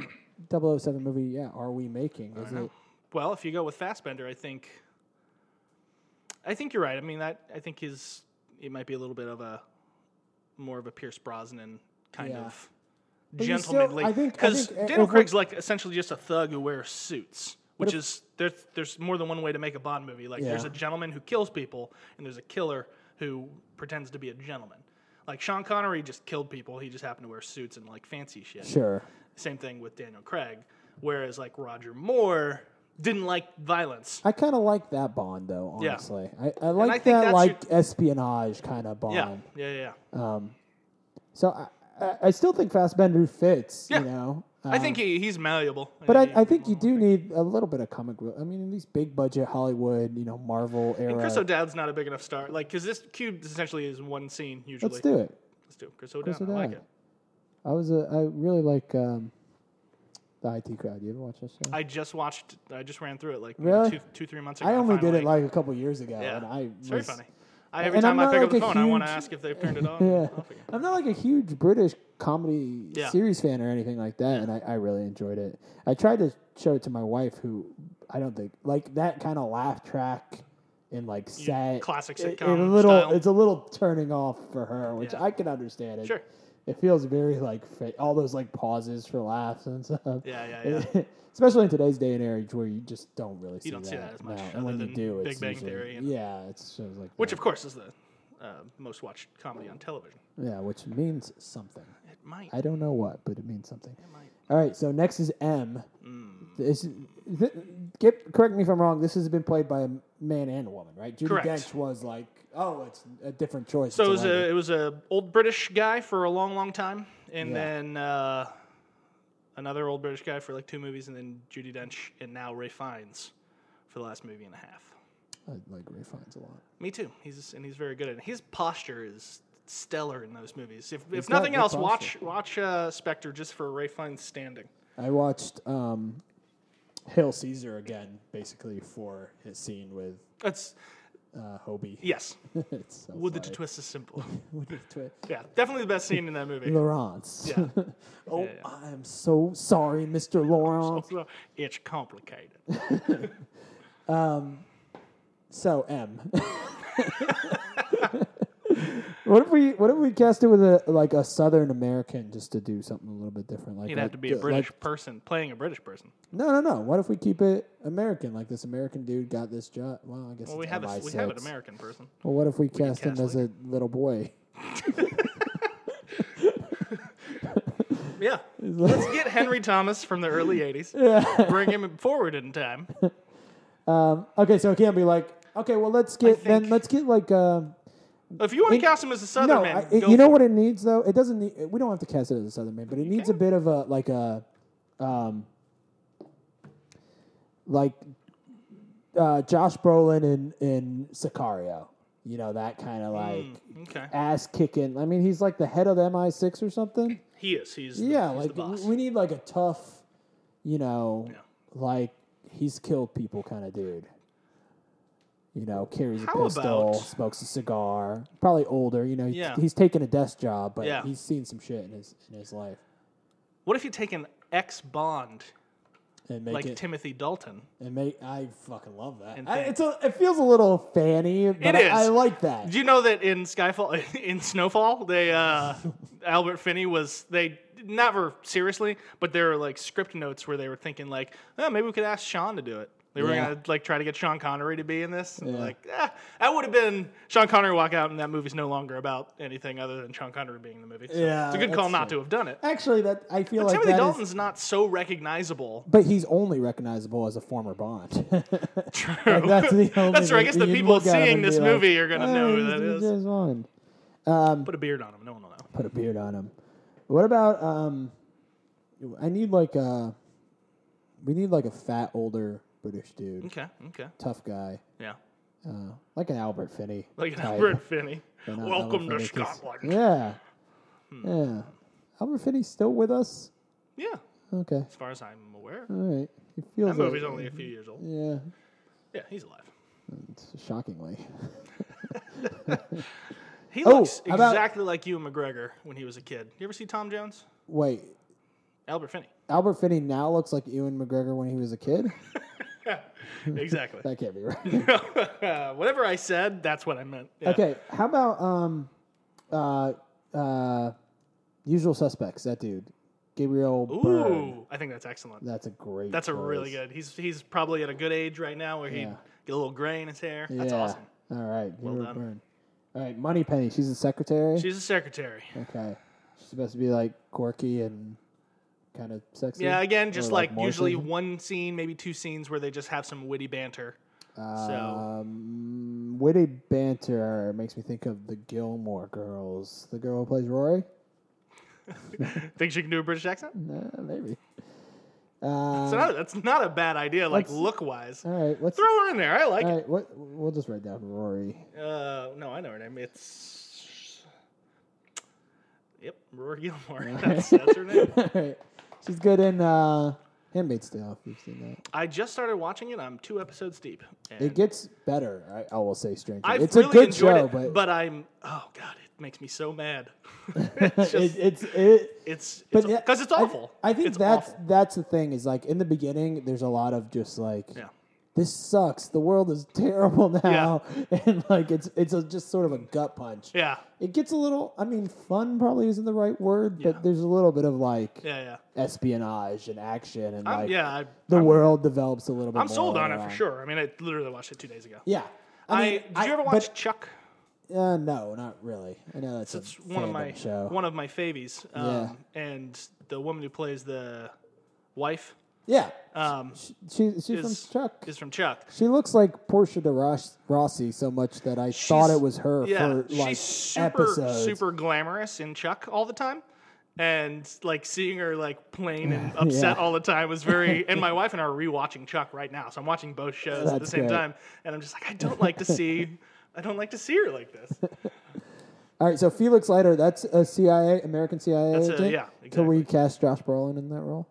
Speaker 1: of 007 movie? Yeah, are we making? Is it
Speaker 2: Well, if you go with Fassbender, I think, I think you're right. I mean, that I think his it might be a little bit of a more of a Pierce Brosnan kind
Speaker 1: Yeah.
Speaker 2: of
Speaker 1: you still- I
Speaker 2: gentlemanly.
Speaker 1: think- I
Speaker 2: Because
Speaker 1: think, uh,
Speaker 2: Daniel
Speaker 1: if we're-
Speaker 2: Craig's like essentially just a thug who wears suits, which is there's there's more than one way to make a Bond movie. Like there's
Speaker 1: Yeah.
Speaker 2: a gentleman who kills people, and there's a killer who pretends to be a gentleman. Like Sean Connery just killed people. He just happened to wear suits and like fancy shit.
Speaker 1: sure?
Speaker 2: Same thing with Daniel Craig. Whereas like Roger Moore didn't like violence.
Speaker 1: I kind of like that Bond though.
Speaker 2: Yeah.
Speaker 1: Honestly, I, I like
Speaker 2: I think
Speaker 1: that
Speaker 2: that's
Speaker 1: like espionage kind of Bond.
Speaker 2: Yeah, yeah, yeah. yeah.
Speaker 1: So I, I, I still think Fassbender fits.
Speaker 2: Yeah.
Speaker 1: You know, Um,
Speaker 2: I think he, he's malleable.
Speaker 1: But I,
Speaker 2: he-
Speaker 1: I think you do need a little bit of comic. book- I mean, in these big budget Hollywood, you know, Marvel era.
Speaker 2: Chris O'Dowd's not a big enough star. Like, because this cube essentially is one scene usually.
Speaker 1: let's do it.
Speaker 2: Let's do it. Chris O'Dowd.
Speaker 1: Chris
Speaker 2: I like
Speaker 1: O'Dowd.
Speaker 2: it.
Speaker 1: I was a, I really like um, the IT crowd. You ever watch that show?
Speaker 2: I just watched. I just ran through it like
Speaker 1: Really?
Speaker 2: two, two, three months ago.
Speaker 1: I only did
Speaker 2: finally-
Speaker 1: it like a couple years ago,
Speaker 2: Yeah.
Speaker 1: and I
Speaker 2: it's very
Speaker 1: was-
Speaker 2: funny. I, every
Speaker 1: and I'm
Speaker 2: time I
Speaker 1: not
Speaker 2: pick up
Speaker 1: like
Speaker 2: the
Speaker 1: a
Speaker 2: phone, I want to
Speaker 1: huge-
Speaker 2: ask if they've turned it on.
Speaker 1: Yeah,
Speaker 2: and off again.
Speaker 1: I'm not like a huge British comedy
Speaker 2: Yeah.
Speaker 1: series fan or anything like that, and I, I really enjoyed it. I tried to show it to my wife, who I don't think like that kind of laugh track and like sad
Speaker 2: classic
Speaker 1: it-
Speaker 2: sitcom
Speaker 1: it a little
Speaker 2: style.
Speaker 1: it's a little turning off for her which
Speaker 2: Yeah.
Speaker 1: i can understand it
Speaker 2: Sure.
Speaker 1: it feels very like fa- all those like pauses for laughs and stuff
Speaker 2: Yeah, yeah,
Speaker 1: especially in today's day and age where you just don't really see
Speaker 2: don't
Speaker 1: that,
Speaker 2: see that as much
Speaker 1: no. and
Speaker 2: other
Speaker 1: when you
Speaker 2: than
Speaker 1: do
Speaker 2: Big
Speaker 1: it's
Speaker 2: Bang
Speaker 1: usually-
Speaker 2: Theory and-
Speaker 1: yeah it's shows like
Speaker 2: Which,
Speaker 1: that.
Speaker 2: of course, is the uh, most watched comedy on television.
Speaker 1: yeah which means something
Speaker 2: It might.
Speaker 1: i don't know what but it means something
Speaker 2: it might. Mm.
Speaker 1: all right so next is m this is- th- get correct me if i'm wrong this has been played by a man and a woman right judy
Speaker 2: Correct.
Speaker 1: dench was like oh it's a different choice
Speaker 2: So
Speaker 1: It's a
Speaker 2: it was
Speaker 1: lady.
Speaker 2: a it was a old British guy for a long, long time, and
Speaker 1: Yeah.
Speaker 2: then uh, another old British guy for like two movies, and then Judy Dench, and now Ray Fiennes for the last movie and a half.
Speaker 1: I like refines a lot
Speaker 2: Me too. He's and he's very good at it. His posture is stellar in those movies. If,
Speaker 1: He's
Speaker 2: if
Speaker 1: got
Speaker 2: nothing
Speaker 1: good
Speaker 2: else,
Speaker 1: posture.
Speaker 2: watch watch uh, Spectre just for Ray Fiennes standing.
Speaker 1: I watched um, Hail Caesar again, basically for his scene with
Speaker 2: That's
Speaker 1: uh, Hobie.
Speaker 2: yes.
Speaker 1: it's so
Speaker 2: Would the
Speaker 1: funny.
Speaker 2: twist is simple.
Speaker 1: With the twi-
Speaker 2: yeah, definitely the best scene in that movie.
Speaker 1: Laurence.
Speaker 2: Yeah.
Speaker 1: oh,
Speaker 2: Yeah, yeah.
Speaker 1: I'm so sorry, Mr. Laurence.
Speaker 2: It's complicated.
Speaker 1: So M. what if we what if we cast it with a like a Southern American just to do something a little bit different? Like
Speaker 2: You'd have
Speaker 1: like-
Speaker 2: to be a
Speaker 1: like-
Speaker 2: British person playing a British person.
Speaker 1: no, no, no. What if we keep it American? Like this American dude got this job. Well, I guess
Speaker 2: Well,
Speaker 1: it's
Speaker 2: we have a,
Speaker 1: MI6.
Speaker 2: we have an American person.
Speaker 1: Well, what if we cast him
Speaker 2: cast
Speaker 1: as a little boy?
Speaker 2: Yeah, let's get Henry Thomas from the early '80s. Bring him forward in time.
Speaker 1: Okay, so it can't be like okay. Well, let's get then.
Speaker 2: think-
Speaker 1: Let's get like uh,
Speaker 2: If you want
Speaker 1: It-
Speaker 2: to cast him as a Southern
Speaker 1: no.
Speaker 2: man,
Speaker 1: I,
Speaker 2: go
Speaker 1: you know
Speaker 2: for
Speaker 1: what
Speaker 2: It.
Speaker 1: it needs though. It doesn't need. We don't have to cast it as a Southern man, but it needs a bit of a like a, um, like, uh, Josh Brolin in in Sicario. You know that kind
Speaker 2: Hmm.
Speaker 1: of like
Speaker 2: Mm, Okay,
Speaker 1: ass kicking. I mean, he's like the head of the MI6 or something.
Speaker 2: he is. He's
Speaker 1: Yeah,
Speaker 2: the, he's
Speaker 1: like
Speaker 2: the boss.
Speaker 1: we need like a tough, you know,
Speaker 2: Yeah.
Speaker 1: like he's killed people kind of dude. You know, carries a
Speaker 2: How
Speaker 1: pistol,
Speaker 2: about-
Speaker 1: smokes a cigar. Probably older, you know. He's,
Speaker 2: Yeah.
Speaker 1: he's taken a desk job, but
Speaker 2: Yeah.
Speaker 1: he's seen some shit in his in his life,
Speaker 2: what if you take an ex Bond
Speaker 1: and make
Speaker 2: like
Speaker 1: it
Speaker 2: Timothy Dalton?
Speaker 1: and make. I fucking love that.
Speaker 2: And
Speaker 1: I,
Speaker 2: think-
Speaker 1: it's a, it feels a little fanny, but
Speaker 2: It
Speaker 1: I, I
Speaker 2: is.
Speaker 1: like that.
Speaker 2: Do you know that in Skyfall, in Snowfall, they uh, Albert Finney was they never seriously, but there were like script notes where they were thinking like, oh, maybe we could ask Sean to do it. They were
Speaker 1: Yeah.
Speaker 2: gonna like try to get Sean Connery to be in this, and
Speaker 1: Yeah.
Speaker 2: like ah, that would have been Sean Connery walk out, and that movie's no longer about anything other than Sean Connery being in the movie. So
Speaker 1: Yeah,
Speaker 2: it's a good
Speaker 1: that's
Speaker 2: call not
Speaker 1: true.
Speaker 2: to have done it.
Speaker 1: Actually, that I feel like
Speaker 2: Timothy
Speaker 1: that is-
Speaker 2: Dalton's not so recognizable.
Speaker 1: but he's only recognizable as a former Bond. True. that's the only.
Speaker 2: That's right. I guess
Speaker 1: thing
Speaker 2: the
Speaker 1: you
Speaker 2: people
Speaker 1: look at him
Speaker 2: seeing
Speaker 1: and
Speaker 2: this
Speaker 1: be like,
Speaker 2: movie are gonna know who
Speaker 1: "Oh,
Speaker 2: that
Speaker 1: he's
Speaker 2: is."
Speaker 1: James Bond."
Speaker 2: Put a beard on him. No one will know.
Speaker 1: put a beard on him. What about um? I need like a. We need like a fat older British dude,
Speaker 2: Okay. Okay.
Speaker 1: tough guy,
Speaker 2: Yeah.
Speaker 1: uh, like an Albert Finney.
Speaker 2: Like an
Speaker 1: type.
Speaker 2: Albert Finney.
Speaker 1: You know,
Speaker 2: Welcome to
Speaker 1: Albert Finney 'cause-
Speaker 2: Scotland. Hmm.
Speaker 1: Yeah, yeah. Albert Finney still with us?
Speaker 2: Yeah,
Speaker 1: Okay,
Speaker 2: as far as I'm aware.
Speaker 1: all right. He feels
Speaker 2: That movie's
Speaker 1: like,
Speaker 2: only a few years old.
Speaker 1: yeah,
Speaker 2: Yeah, he's alive.
Speaker 1: it's shockingly.
Speaker 2: He
Speaker 1: Oh,
Speaker 2: looks
Speaker 1: how about-
Speaker 2: exactly like you McGregor when he was a kid. You ever see Tom Jones?
Speaker 1: Wait,
Speaker 2: Albert Finney.
Speaker 1: Albert Finney now looks like Ewan McGregor when he was a kid.
Speaker 2: Exactly.
Speaker 1: That can't be right.
Speaker 2: Whatever I said, that's what I meant. Yeah.
Speaker 1: Okay, how about um, uh, uh, Usual Suspects? That dude, Gabriel
Speaker 2: Ooh,
Speaker 1: Byrne.
Speaker 2: I think that's excellent.
Speaker 1: That's a great.
Speaker 2: That's a really
Speaker 1: choice.
Speaker 2: good. He's he's probably at a good age right now where he'd
Speaker 1: Yeah.
Speaker 2: get a little gray in his hair. That's
Speaker 1: Yeah.
Speaker 2: awesome.
Speaker 1: All right, Gabriel
Speaker 2: done.
Speaker 1: Byrne. All right, Money Penny. She's a secretary.
Speaker 2: She's a secretary.
Speaker 1: okay, she's supposed to be like quirky and kind of sexy.
Speaker 2: Yeah, again, just
Speaker 1: Or,
Speaker 2: like,
Speaker 1: Morrison.
Speaker 2: usually one scene, maybe two scenes where they just have some witty banter. so
Speaker 1: Um, witty banter makes me think of the Gilmore Girls. The girl who plays Rory.
Speaker 2: think she can do a British accent?
Speaker 1: Uh, maybe. Uh,
Speaker 2: So not, that's not a bad idea, like
Speaker 1: let's-
Speaker 2: look wise.
Speaker 1: all right. What's
Speaker 2: Throw her in there. I like
Speaker 1: all right? What we'll just write down Rory.
Speaker 2: it. Uh, no, I know her name. It's yep, Rory Gilmore. That's, that's her name.
Speaker 1: Alright. She's good in uh, Handmaid's Tale. If you've seen that,
Speaker 2: I just started watching it. I'm two episodes deep. and
Speaker 1: it gets better. I, I will say, Stranger.
Speaker 2: I've
Speaker 1: it's
Speaker 2: really
Speaker 1: a good
Speaker 2: enjoyed
Speaker 1: show,
Speaker 2: it,
Speaker 1: but,
Speaker 2: I'm oh god, it makes me so mad. it's just,
Speaker 1: it, it's it.
Speaker 2: it's
Speaker 1: But
Speaker 2: because
Speaker 1: yeah,
Speaker 2: it's,
Speaker 1: I-
Speaker 2: awful.
Speaker 1: I, think
Speaker 2: It's
Speaker 1: that's
Speaker 2: awful.
Speaker 1: that's the thing. Is like in the beginning, there's a lot of just like
Speaker 2: Yeah.
Speaker 1: this sucks. The world is terrible now, and like it's it's a, just sort of a gut punch.
Speaker 2: Yeah.
Speaker 1: It gets a little. I mean, fun probably isn't the right word,
Speaker 2: Yeah.
Speaker 1: but there's a little bit of like
Speaker 2: Yeah. Yeah.
Speaker 1: espionage and action, and
Speaker 2: I'm,
Speaker 1: like
Speaker 2: yeah. I,
Speaker 1: the world develops a little bit.
Speaker 2: I'm sold
Speaker 1: more
Speaker 2: on it
Speaker 1: around-
Speaker 2: for sure. I mean, I literally watched it two days ago.
Speaker 1: Yeah.
Speaker 2: I,
Speaker 1: mean,
Speaker 2: did you ever
Speaker 1: but-
Speaker 2: watch Chuck?
Speaker 1: Uh, no, not really. I know that's,
Speaker 2: It's
Speaker 1: a
Speaker 2: one of
Speaker 1: fandom
Speaker 2: my
Speaker 1: show.
Speaker 2: one of my favies. Um, And the woman who plays the wife
Speaker 1: yeah,
Speaker 2: um,
Speaker 1: she, she's
Speaker 2: is
Speaker 1: from Chuck.
Speaker 2: Is from Chuck.
Speaker 1: she looks like Portia de Ros- Rossi so much that I thought it was her
Speaker 2: Yeah,
Speaker 1: for like
Speaker 2: she's super
Speaker 1: episodes.
Speaker 2: super glamorous in Chuck all the time, and like seeing her like plain and upset
Speaker 1: Yeah.
Speaker 2: all the time was very. and my wife and I are rewatching Chuck right now, so I'm watching both shows at the
Speaker 1: That's
Speaker 2: same
Speaker 1: great.
Speaker 2: time, and I'm just like, I don't like to see, I don't like to see her like this.
Speaker 1: All right, so Felix Leiter, that's a CIA American CIA
Speaker 2: That's a-
Speaker 1: agent.
Speaker 2: yeah,
Speaker 1: Can we cast Josh Brolin in that role?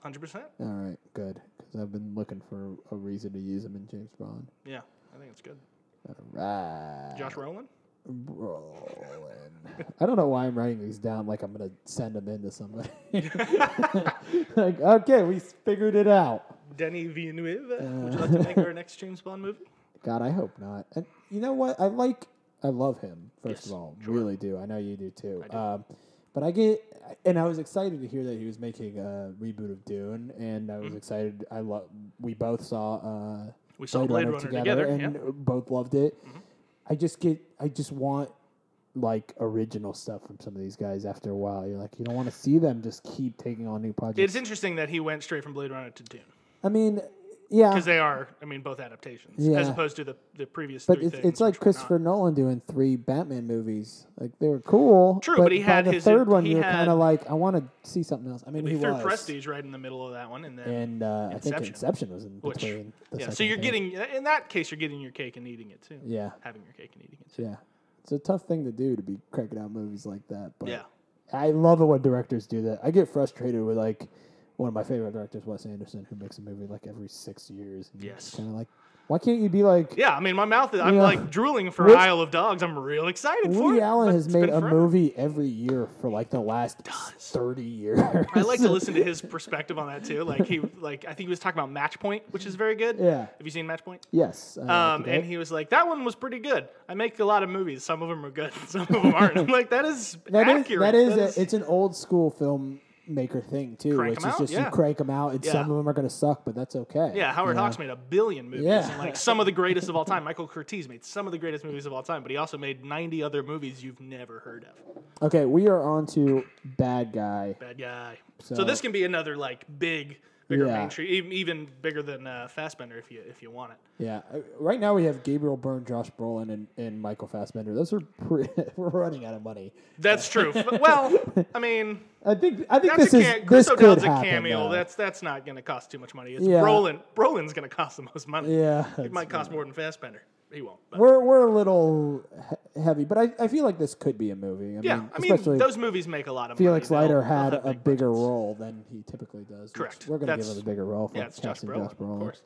Speaker 2: Hundred percent.
Speaker 1: All right, good, because I've been looking for a reason to use him in James Bond.
Speaker 2: Yeah, I think it's good.
Speaker 1: All right,
Speaker 2: Josh Rowland.
Speaker 1: Brolin. I don't know why I'm writing these down. Like I'm gonna send them in to somebody. like, okay, we figured it out.
Speaker 2: Denny Villeneuve. Would you like
Speaker 1: Uh,
Speaker 2: to make our next James Bond movie?
Speaker 1: God, I hope not. And you know what? I like, I love him. First
Speaker 2: Yes,
Speaker 1: of all,
Speaker 2: sure.
Speaker 1: really do. I know you do too. Um, but I get, and I was excited to hear that he was making a reboot of Dune, and I was excited. I love. We both saw. Uh,
Speaker 2: We saw Blade Runner together, Mm-hmm.
Speaker 1: and both loved it. I just get, I just want like original stuff from some of these guys. After a while, you're like, you don't want to see them just keep taking on new projects.
Speaker 2: It's interesting that he went straight from Blade Runner to Dune
Speaker 1: I mean, yeah,
Speaker 2: because they are, I mean, both adaptations as
Speaker 1: Yeah.
Speaker 2: opposed to the the previous.
Speaker 1: But
Speaker 2: three
Speaker 1: it's,
Speaker 2: things,
Speaker 1: it's like
Speaker 2: which were not.
Speaker 1: Christopher Nolan doing three Batman movies. Like they were cool.
Speaker 2: True, but he had
Speaker 1: by the
Speaker 2: his-
Speaker 1: third one.
Speaker 2: he
Speaker 1: You were
Speaker 2: had-
Speaker 1: kind of like, I want to see something else. I mean, he
Speaker 2: He threw
Speaker 1: was.
Speaker 2: Prestige right in the middle of that one, and then
Speaker 1: And uh, I think
Speaker 2: Inception.
Speaker 1: Inception was in
Speaker 2: which
Speaker 1: between. The
Speaker 2: yeah. So
Speaker 1: second
Speaker 2: you're
Speaker 1: thing.
Speaker 2: getting in that case, you're getting your cake and eating it too.
Speaker 1: Yeah,
Speaker 2: having your cake and eating it too.
Speaker 1: yeah. It's a tough thing to do to be cranking out movies like that. But
Speaker 2: Yeah.
Speaker 1: I love it when directors do that. I get frustrated with like one of my favorite directors, Wes Anderson, who makes a movie like every six years. And
Speaker 2: Yes.
Speaker 1: Kind of like, why can't you be like?
Speaker 2: Yeah, I mean, my mouth is. I'm
Speaker 1: Yeah.
Speaker 2: like drooling for
Speaker 1: Woody-
Speaker 2: Isle of Dogs. I'm real excited for
Speaker 1: Woody
Speaker 2: it.
Speaker 1: Allen
Speaker 2: but
Speaker 1: has
Speaker 2: it's
Speaker 1: made
Speaker 2: been
Speaker 1: a
Speaker 2: forever.
Speaker 1: movie every year for like the last thirty years.
Speaker 2: I like to listen to his perspective on that too. Like he, like I think he was talking about Match Point, which is very good.
Speaker 1: Yeah.
Speaker 2: Have you seen Match Point?
Speaker 1: Yes. uh,
Speaker 2: Um, and he was like, "That one was pretty good. I make a lot of movies. Some of them are good, some of them aren't." I'm like, "That is
Speaker 1: that is
Speaker 2: accurate.
Speaker 1: that is, a, it's an old school filmmaker thing too,
Speaker 2: Crank
Speaker 1: which
Speaker 2: 'em
Speaker 1: is
Speaker 2: out,
Speaker 1: just
Speaker 2: yeah.
Speaker 1: you crank them out, and
Speaker 2: Yeah.
Speaker 1: some of them are going to suck, but that's okay.
Speaker 2: Yeah, Howard Hawks made a billion movies,
Speaker 1: Yeah.
Speaker 2: and like some of the greatest of all time. Michael Curtiz made some of the greatest movies of all time, but he also made 90 other movies you've never heard of.
Speaker 1: Okay, we are on to bad guy.
Speaker 2: Bad guy. So,
Speaker 1: So-
Speaker 2: this can be another like big, bigger
Speaker 1: Yeah.
Speaker 2: mainstream, even, even bigger than uh, Fassbender if you if you want it.
Speaker 1: Yeah, Uh, right now we have Gabriel Byrne, Josh Brolin, and, and Michael Fassbender. Those are pre- we're running out of money.
Speaker 2: That's true. F- well, I mean,
Speaker 1: I think I think
Speaker 2: that's
Speaker 1: this
Speaker 2: a
Speaker 1: is
Speaker 2: ca-
Speaker 1: this
Speaker 2: Chris
Speaker 1: could
Speaker 2: O'Dowd's a
Speaker 1: happen.
Speaker 2: cameo.
Speaker 1: though.
Speaker 2: That's that's not going to cost too much money. It's
Speaker 1: Yeah.
Speaker 2: Brolin. Brolin's going to cost the most money.
Speaker 1: yeah,
Speaker 2: It might cost more than Fassbender. He won't. But.
Speaker 1: we're we're a little he- heavy, but I, I feel like this could be a movie. I
Speaker 2: Yeah,
Speaker 1: mean,
Speaker 2: I mean,
Speaker 1: especially
Speaker 2: those movies make a lot of
Speaker 1: Felix
Speaker 2: money. They'll-
Speaker 1: Leiter had
Speaker 2: they'll have
Speaker 1: a
Speaker 2: big
Speaker 1: bigger
Speaker 2: budgets.
Speaker 1: role than he typically does. which
Speaker 2: Correct.
Speaker 1: We're going to give
Speaker 2: That's-
Speaker 1: him a bigigger role for
Speaker 2: Yeah, it's Josh
Speaker 1: casting
Speaker 2: Brolin,
Speaker 1: Josh Brolin.
Speaker 2: of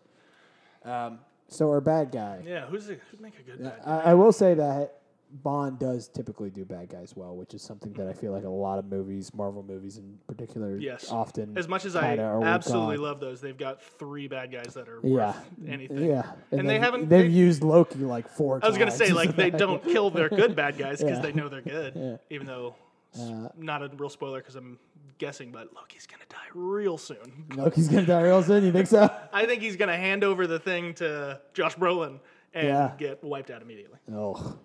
Speaker 2: course.
Speaker 1: So our bad guy.
Speaker 2: Yeah, who's the, who'd make a good bad guy?
Speaker 1: I, I will say that Bond does typically do bad guys well, which is something that I feel like a lot of movies, Marvel movies in particular,
Speaker 2: Yes.
Speaker 1: often.
Speaker 2: As much as
Speaker 1: kinda are
Speaker 2: I
Speaker 1: weak
Speaker 2: absolutely
Speaker 1: on.
Speaker 2: love those, they've got three bad guys that are
Speaker 1: Yeah.
Speaker 2: worth anything.
Speaker 1: Yeah,
Speaker 2: And they haven't-
Speaker 1: They've
Speaker 2: they-
Speaker 1: used Loki like four.
Speaker 2: I was gonna say
Speaker 1: times.
Speaker 2: like they don't kill their good bad guys because
Speaker 1: Yeah. Uh,
Speaker 2: they know they're good, even though. it's not a real spoiler because I'm guessing, but Loki's gonna die real soon.
Speaker 1: Loki's gonna die real soon. You think so?
Speaker 2: I think he's gonna hand over the thing to Josh Brolin and
Speaker 1: Yeah.
Speaker 2: get wiped out immediately.
Speaker 1: Oh.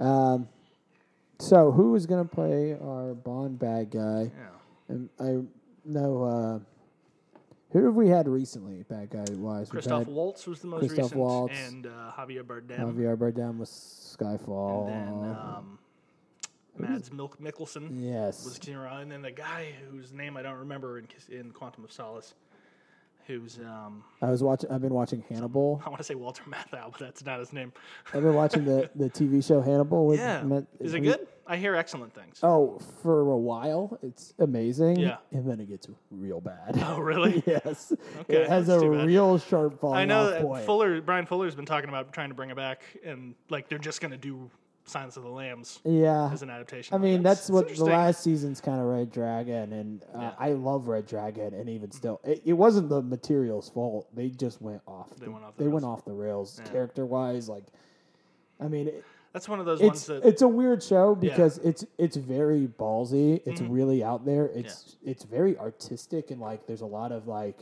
Speaker 1: Um. So who is gonna play our Bond bad guy?
Speaker 2: Yeah.
Speaker 1: Um, I know. Uh, who have we had recently, bad guy wise? We've
Speaker 2: Christoph
Speaker 1: had
Speaker 2: Waltz was the most
Speaker 1: Christoph
Speaker 2: recent,
Speaker 1: Waltz.
Speaker 2: and uh, Javier Bardem,
Speaker 1: Javier Bardem with Skyfall.
Speaker 2: and then um, Mads Milk Mikkelsen.
Speaker 1: yes.
Speaker 2: was Casino Royale, and then the guy whose name I don't remember in Cas- in Quantum of Solace, who's um,
Speaker 1: I was watching. I've been watching Hannibal.
Speaker 2: I want to say Walter Matthau, but that's not his name.
Speaker 1: I've been watching the, the TV show Hannibal. With
Speaker 2: Yeah,
Speaker 1: Matt-
Speaker 2: is it
Speaker 1: I mean-
Speaker 2: good? I hear excellent things. Oh,
Speaker 1: Oh, for a while, it's amazing.
Speaker 2: Yeah.
Speaker 1: and then it gets real bad.
Speaker 2: Oh, really?
Speaker 1: yes,
Speaker 2: Okay,
Speaker 1: it has
Speaker 2: that's
Speaker 1: a
Speaker 2: too bad.
Speaker 1: real sharp fall
Speaker 2: I know
Speaker 1: off
Speaker 2: that
Speaker 1: point.
Speaker 2: Fuller Brian Fuller's been talking about trying to bring it back, and like they're just gonna do Silence of the Lambs
Speaker 1: Yeah.
Speaker 2: as an adaptation.
Speaker 1: I
Speaker 2: Like,
Speaker 1: mean, that's, what the
Speaker 2: interesting.
Speaker 1: last season's kind of Red Dragon, and uh,
Speaker 2: Yeah.
Speaker 1: I love Red Dragon, and even still, it, it wasn't the material's fault. They just went off.
Speaker 2: They went off the
Speaker 1: they went
Speaker 2: rails.
Speaker 1: off the rails,
Speaker 2: Yeah.
Speaker 1: character wise. Like, I mean, it,
Speaker 2: That's one of those
Speaker 1: it's
Speaker 2: ones that
Speaker 1: it's a weird show because it's it's very ballsy. It's
Speaker 2: Mm-hmm.
Speaker 1: really out there. It's it's very artistic and like there's a lot of like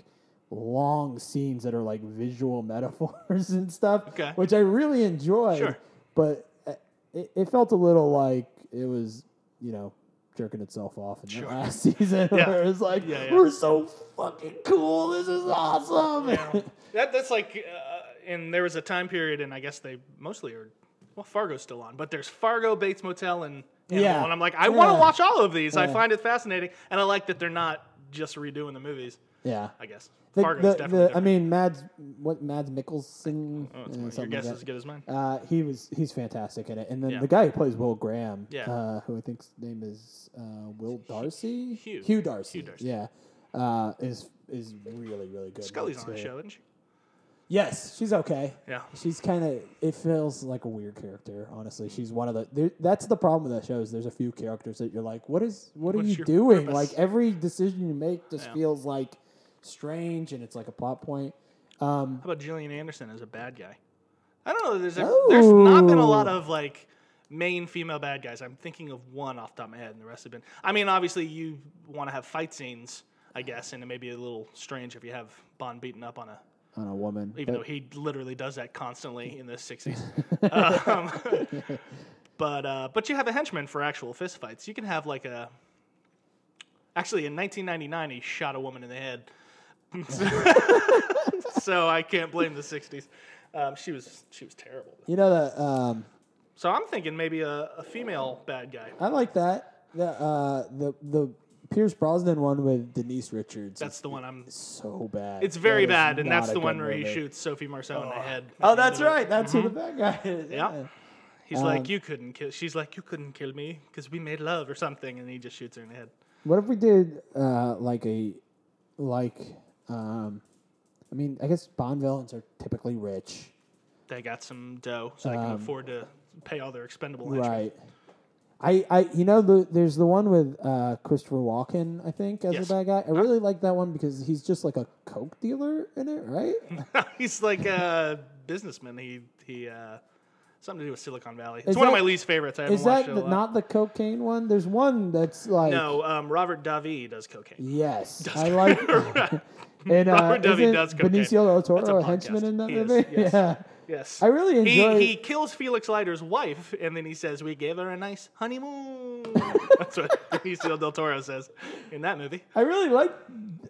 Speaker 1: long scenes that are like visual metaphors and stuff,
Speaker 2: Okay.
Speaker 1: which I really enjoyed.
Speaker 2: Sure.
Speaker 1: But uh, it, it felt a little like it was you know jerking itself off in
Speaker 2: Sure.
Speaker 1: the last season
Speaker 2: Yeah.
Speaker 1: where it's like
Speaker 2: Yeah, yeah.
Speaker 1: we're so fucking cool. This is awesome.
Speaker 2: Yeah. that that's like, uh, and there was a time period, and I guess they mostly are. Well, Fargo's still on, but there's Fargo, Bates Motel, and Animal,
Speaker 1: Yeah.
Speaker 2: and I'm like, I want to
Speaker 1: Yeah.
Speaker 2: watch all of these. I find it fascinating, and I like that they're not just redoing the movies.
Speaker 1: yeah.
Speaker 2: I guess
Speaker 1: The,
Speaker 2: Fargo's
Speaker 1: the-
Speaker 2: definitely.
Speaker 1: the- I
Speaker 2: different.
Speaker 1: mean, Mads, what Mads Mikkelsen? uh,
Speaker 2: That's my- your
Speaker 1: something like
Speaker 2: guess is
Speaker 1: that.
Speaker 2: as good as mine.
Speaker 1: Uh, he was he's fantastic in it, and then
Speaker 2: Yeah.
Speaker 1: the guy who plays Will Graham,
Speaker 2: Yeah.
Speaker 1: uh, who I think's name is uh, Will Darcy,
Speaker 2: Hugh.
Speaker 1: Darcy,
Speaker 2: Hugh Darcy.
Speaker 1: yeah, uh, is is really really good. in it,
Speaker 2: Scully's on the
Speaker 1: too.
Speaker 2: show, isn't she?
Speaker 3: Yes, she's okay.
Speaker 2: Yeah.
Speaker 1: She's kind of it feels like a weird character, honestly.
Speaker 2: Mm.
Speaker 1: She's one of the there, that's the problem with that show is there's a few characters that you're like, what is what are
Speaker 2: What's
Speaker 1: you
Speaker 2: your
Speaker 1: doing?
Speaker 2: purpose?
Speaker 1: Like every decision you make just
Speaker 2: Yeah.
Speaker 1: feels like strange, and it's like a plot point. Um,
Speaker 2: How about Gillian Anderson as a bad guy? I don't know. There's a, there's not been a lot
Speaker 1: Oh.
Speaker 2: of like main female bad guys. I'm thinking of one off the top of my head, and the rest have been. I mean, obviously you want to have fight scenes, I guess, and it may be a little strange if you have Bond beaten up on a,
Speaker 1: on a woman,
Speaker 2: even
Speaker 1: but-
Speaker 2: though he literally does that constantly in the '60s. um, but uh, but you have a henchman for actual fist fights. You can have like a. Actually, in 1999, he shot a woman in the head. so I can't blame the '60s. Um, she was she was terrible.
Speaker 1: you know that. Um,
Speaker 2: So I'm thinking maybe a, a female bad guy.
Speaker 1: I like that. The uh, the the Pierce Brosnan one with Denise Richards.
Speaker 2: That's the one I'm.
Speaker 1: is so bad.
Speaker 2: It's
Speaker 1: That
Speaker 2: very
Speaker 1: is
Speaker 2: bad, and
Speaker 1: not
Speaker 2: that's
Speaker 1: a
Speaker 2: the
Speaker 1: good
Speaker 2: one where he
Speaker 1: movie.
Speaker 2: shoots Sophie Marceau in the head.
Speaker 1: Oh, that's right. That's who the bad guy is.
Speaker 2: Mm-hmm. Yeah. He's like,
Speaker 1: Um,
Speaker 2: you couldn't kill. She's like, you couldn't kill me because we made love or something, and he just shoots her in the head.
Speaker 1: What if we did uh, like a like? Um, I mean, I guess Bond villains are typically rich,
Speaker 2: They got some dough, so they can
Speaker 1: Um,
Speaker 2: afford to pay all their expendable. henchmen.
Speaker 1: right? I, I you know the, there's the one with uh, Christopher Walken I think as
Speaker 2: Yes. Uh-huh.
Speaker 1: the bad guy. I really like that one because he's just like a coke dealer in it, right?
Speaker 2: He's like a businessman. He he uh, something to do with Silicon Valley. It's
Speaker 1: Is
Speaker 2: one of
Speaker 1: that-
Speaker 2: my least favorites. I haven't
Speaker 1: Is that
Speaker 2: watched it a
Speaker 1: the,
Speaker 2: lot.
Speaker 1: not the cocaine one? There's one that's like
Speaker 2: no, um, Robert Davi does cocaine.
Speaker 1: Yes, I like. and uh,
Speaker 2: Robert Davi
Speaker 1: isn't
Speaker 2: does cocaine.
Speaker 1: Benicio del
Speaker 2: That's a
Speaker 1: Toro a
Speaker 2: podcast.
Speaker 1: henchman in that
Speaker 2: He is,
Speaker 1: movie?
Speaker 2: yes.
Speaker 1: Yeah,
Speaker 2: Yes,
Speaker 1: I really enjoy.
Speaker 2: He he kills Felix Leiter's wife, and then he says, "We gave her a nice honeymoon." That's what Benicio del Toro says in that movie.
Speaker 1: I really like.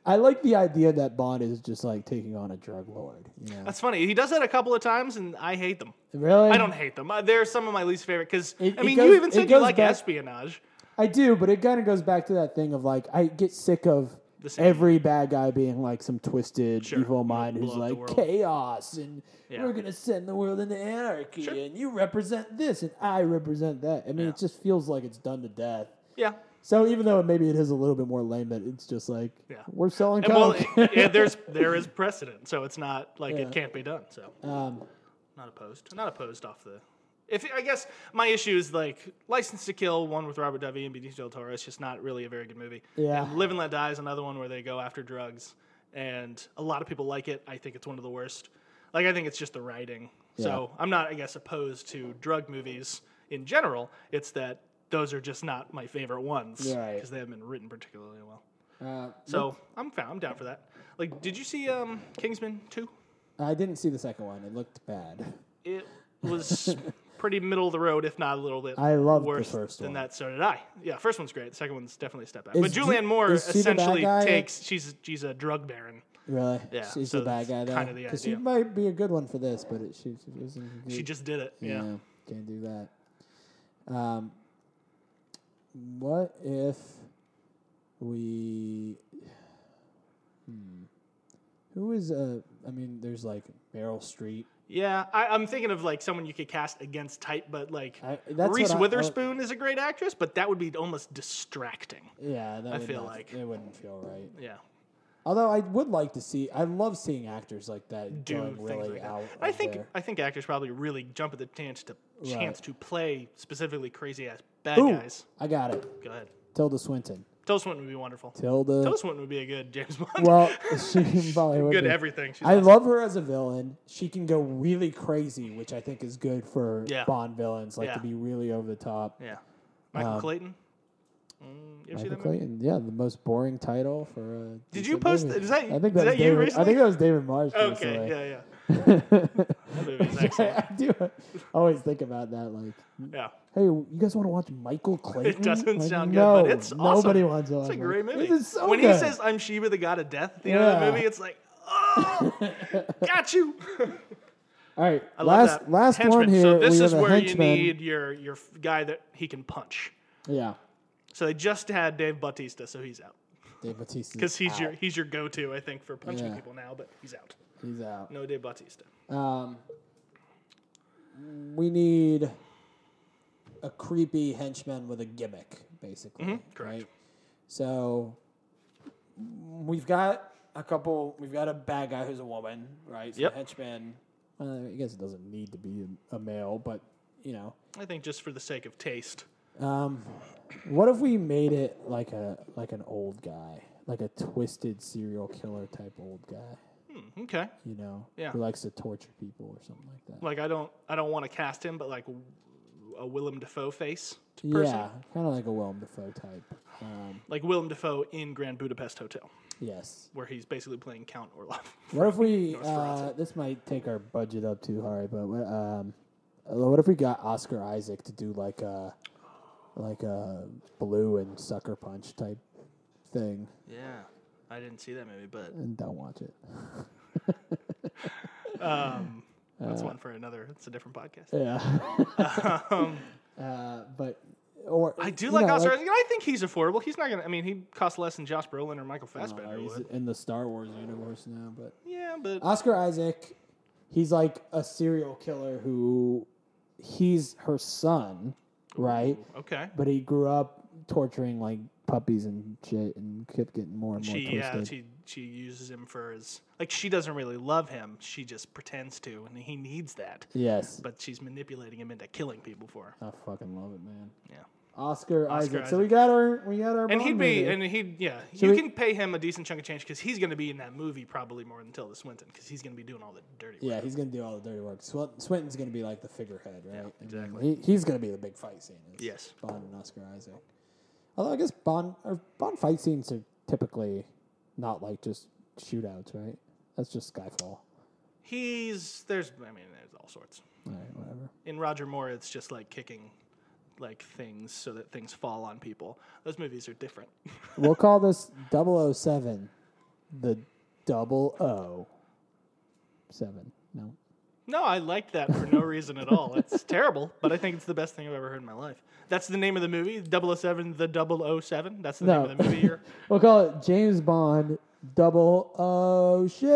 Speaker 1: I like the idea that Bond is just like taking on a drug lord. You know,
Speaker 2: That's funny. He does that a couple of times, and I hate them.
Speaker 1: really.
Speaker 2: I don't hate them. Uh, They're some of my least favorite because I
Speaker 1: It- it
Speaker 2: mean,
Speaker 1: goes-
Speaker 2: you even
Speaker 1: it
Speaker 2: said you
Speaker 1: goes
Speaker 2: like
Speaker 1: back-
Speaker 2: espionage.
Speaker 1: I do, but it kind of goes back to that thing of like I get sick of
Speaker 2: The same.
Speaker 1: every bad guy being like some twisted
Speaker 2: Sure.
Speaker 1: evil mind
Speaker 2: Blow
Speaker 1: who's
Speaker 2: up the
Speaker 1: like
Speaker 2: world.
Speaker 1: chaos and
Speaker 2: Yeah.
Speaker 1: we're gonna send the world into anarchy
Speaker 2: Sure.
Speaker 1: and you represent this and I represent that. I mean,
Speaker 2: Yeah.
Speaker 1: it just feels like it's done to death.
Speaker 2: Yeah.
Speaker 1: So even though maybe it is a little bit more lame, but it's just like
Speaker 2: Yeah.
Speaker 1: we're selling
Speaker 2: And well,
Speaker 1: coke.
Speaker 2: yeah, there's there is precedent, so it's not like
Speaker 1: Yeah.
Speaker 2: it can't be done. So
Speaker 1: um,
Speaker 2: not opposed, not opposed off the. If I guess my issue is like License to Kill, one with Robert Davi and Benicio del Toro, it's just not really a very good movie.
Speaker 1: Yeah.
Speaker 2: And Live and Let Die is another one where they go after drugs, and a lot of people like it. I think it's one of the worst. Like I think it's just the writing. So I'm not, I guess, opposed to drug movies in general. It's that those are just not my favorite ones because
Speaker 1: Right.
Speaker 2: they haven't been written particularly well.
Speaker 1: uh,
Speaker 2: So I'm found. I'm down for that. Like, did you see um, Kingsman two?
Speaker 1: I didn't see the second one. It looked bad.
Speaker 2: It was pretty middle of the road, if not a little bit.
Speaker 1: I loved the
Speaker 2: worse
Speaker 1: first
Speaker 2: than
Speaker 1: one.
Speaker 2: that. So did I. Yeah, first one's great. The second one's definitely a step back.
Speaker 1: Is
Speaker 2: but
Speaker 1: Ju-
Speaker 2: Julianne Moore
Speaker 1: is she the bad
Speaker 2: essentially
Speaker 1: guy?
Speaker 2: takes. She's she's a drug baron.
Speaker 1: Really?
Speaker 2: Yeah,
Speaker 1: She's
Speaker 2: so
Speaker 1: the bad
Speaker 2: that's
Speaker 1: guy though.
Speaker 2: kinda the
Speaker 1: she
Speaker 2: idea.
Speaker 1: might be a good one for this, but it, she, she wasn't. a
Speaker 2: She
Speaker 1: good-
Speaker 2: just did it. Yeah.
Speaker 1: yeah, can't do that. Um, what if we? Hmm, who is uh? I mean, there's like Meryl Streep.
Speaker 2: Yeah, I, I'm thinking of like someone you could cast against type, but like
Speaker 1: I- that's
Speaker 2: Reese
Speaker 1: what I- uh, I-
Speaker 2: Witherspoon is a great actress, but that would be almost distracting.
Speaker 1: Yeah, that
Speaker 2: I
Speaker 1: would
Speaker 2: feel
Speaker 1: not-
Speaker 2: like-
Speaker 1: it wouldn't feel right.
Speaker 2: Yeah,
Speaker 1: Although I would like to see, I love seeing actors like that
Speaker 2: do
Speaker 1: going
Speaker 2: things
Speaker 1: really
Speaker 2: like that.
Speaker 1: out.
Speaker 2: I
Speaker 1: out
Speaker 2: think
Speaker 1: there.
Speaker 2: I think actors probably really jump at the chance to chance to play specifically crazy ass bad
Speaker 1: Ooh,
Speaker 2: guys.
Speaker 1: I got it.
Speaker 2: Go ahead.
Speaker 1: Tilda Swinton.
Speaker 2: Tilda Swinton would be wonderful.
Speaker 1: Tilda.
Speaker 2: Tilda Swinton would be a good James Bond.
Speaker 1: well, she probably would
Speaker 2: good
Speaker 1: be.
Speaker 2: everything. She's
Speaker 1: I
Speaker 2: awesome.
Speaker 1: love her as a villain. She can go really crazy, which I think is good for
Speaker 2: Yeah.
Speaker 1: Bond villains, like
Speaker 2: Yeah.
Speaker 1: to be really over the top.
Speaker 2: yeah. Michael Clayton. Mm, you ever see
Speaker 1: Um, Michael
Speaker 2: that movie?
Speaker 1: Clayton, yeah, the most boring title for. A
Speaker 2: Did you
Speaker 1: decent
Speaker 2: post?
Speaker 1: movie.
Speaker 2: Is that,
Speaker 1: I think
Speaker 2: is
Speaker 1: that, was
Speaker 2: that you
Speaker 1: David,
Speaker 2: recently?
Speaker 1: I think that was David Marsh.
Speaker 2: okay.
Speaker 1: recently.
Speaker 2: Yeah, yeah. That movie is
Speaker 1: I,
Speaker 2: excellent.
Speaker 1: I do always think about that. Like,
Speaker 2: Yeah.
Speaker 1: hey, you guys want to watch Michael Clayton?
Speaker 2: doesn't
Speaker 1: Mm-hmm. Like,
Speaker 2: sound good,
Speaker 1: no,
Speaker 2: but it's awesome.
Speaker 1: nobody wants to watch.
Speaker 2: It's a great
Speaker 1: Michael-
Speaker 2: movie.
Speaker 1: This is so
Speaker 2: when he
Speaker 1: good.
Speaker 2: says "I'm Sheba, the God of Death" at the end of the
Speaker 1: Yeah.
Speaker 2: movie, it's like, oh, got you.
Speaker 1: "All right,
Speaker 2: I love
Speaker 1: last
Speaker 2: that.
Speaker 1: last one
Speaker 2: Henchman.
Speaker 1: here,
Speaker 2: So this
Speaker 1: we
Speaker 2: is
Speaker 1: have a
Speaker 2: where
Speaker 1: henchman.
Speaker 2: you need your your f- guy that he can punch.
Speaker 1: yeah,
Speaker 2: So they just had Dave Bautista, so he's out
Speaker 1: Dave Bautista
Speaker 2: because he's
Speaker 1: out.
Speaker 2: your he's your go to, I think, for punching
Speaker 1: Yeah.
Speaker 2: people now. But he's out.
Speaker 1: he's out.
Speaker 2: No Dave Bautista.
Speaker 1: Um, we need a creepy henchman with a gimmick, basically.
Speaker 2: Mm-hmm, correct.
Speaker 1: Right? So we've got a couple. We've got a bad guy who's a woman, right? So
Speaker 2: Yep.
Speaker 1: Henchman. Well, I guess it doesn't need to be a male, but you know.
Speaker 2: I think just for the sake of taste.
Speaker 1: Um, what if we made it like a like an old guy, like a twisted serial killer type old guy?
Speaker 2: Hmm, okay.
Speaker 1: You know,
Speaker 2: Yeah.
Speaker 1: who likes to torture people or something like that.
Speaker 2: Like I don't I don't want to cast him, but like w- a Willem Dafoe face t- person.
Speaker 1: Yeah, kind of like a Willem Dafoe type. Um,
Speaker 2: Like Willem Dafoe in Grand Budapest Hotel,
Speaker 1: yes.
Speaker 2: where he's basically playing Count Orlov.
Speaker 1: What if we?
Speaker 2: Nosferatu.
Speaker 1: Uh, this might take our budget up too high, but what, um, what if we got Oscar Isaac to do like a like a blue and sucker punch type thing?
Speaker 2: yeah. I didn't see that movie, but
Speaker 1: And don't watch it.
Speaker 2: um,
Speaker 1: Uh,
Speaker 2: that's one for another. It's a different podcast.
Speaker 1: Yeah.
Speaker 2: Um,
Speaker 1: uh, but or
Speaker 2: I do
Speaker 1: you
Speaker 2: like
Speaker 1: know,
Speaker 2: Oscar Isaac, and I think he's affordable. He's not gonna. I mean, he costs less than Josh Brolin or Michael Fassbender
Speaker 1: uh, he's
Speaker 2: would.
Speaker 1: in the Star Wars universe now, but
Speaker 2: Yeah, but
Speaker 1: Oscar Isaac, he's like a serial killer who he's her son, right?
Speaker 2: okay.
Speaker 1: But he grew up torturing like puppies and shit, and kept getting more and more
Speaker 2: She yeah,
Speaker 1: twisted.
Speaker 2: she she uses him for his like she doesn't really love him. She just pretends to, and he needs that.
Speaker 1: yes,
Speaker 2: But she's manipulating him into killing people for her.
Speaker 1: I fucking love it, man.
Speaker 2: Yeah,
Speaker 1: Oscar, Isaac. So
Speaker 2: Isaac.
Speaker 1: we got our we got our
Speaker 2: and he'd
Speaker 1: Bond
Speaker 2: be
Speaker 1: movie.
Speaker 2: and he'd yeah.
Speaker 1: So
Speaker 2: you
Speaker 1: we-
Speaker 2: can pay him a decent chunk of change because he's going to be in that movie probably more than Tilda Swinton because he's going to be doing all the dirty. Work.
Speaker 1: yeah, he's gonna do all the dirty work. Swin- Swinton's gonna be like the figurehead, right? I mean,
Speaker 2: exactly.
Speaker 1: he, he's gonna be the big fight scene. is
Speaker 2: Yes.
Speaker 1: Bond and Oscar Isaac. Although I guess Bond or Bond fight scenes are typically not like just shootouts, right? That's just Skyfall.
Speaker 2: He's there's I mean there's all sorts.
Speaker 1: All right, whatever.
Speaker 2: in Roger Moore, it's just like kicking like things so that things fall on people. Those movies are different.
Speaker 1: we'll call this 007 the double O seven. No.
Speaker 2: no, I liked that for no reason at all. It's terrible, but I think it's the best thing I've ever heard in my life. That's the name of the movie, 007 the 007. That's the name
Speaker 1: No.
Speaker 2: of the movie. You're,
Speaker 1: We'll call it James Bond double O shit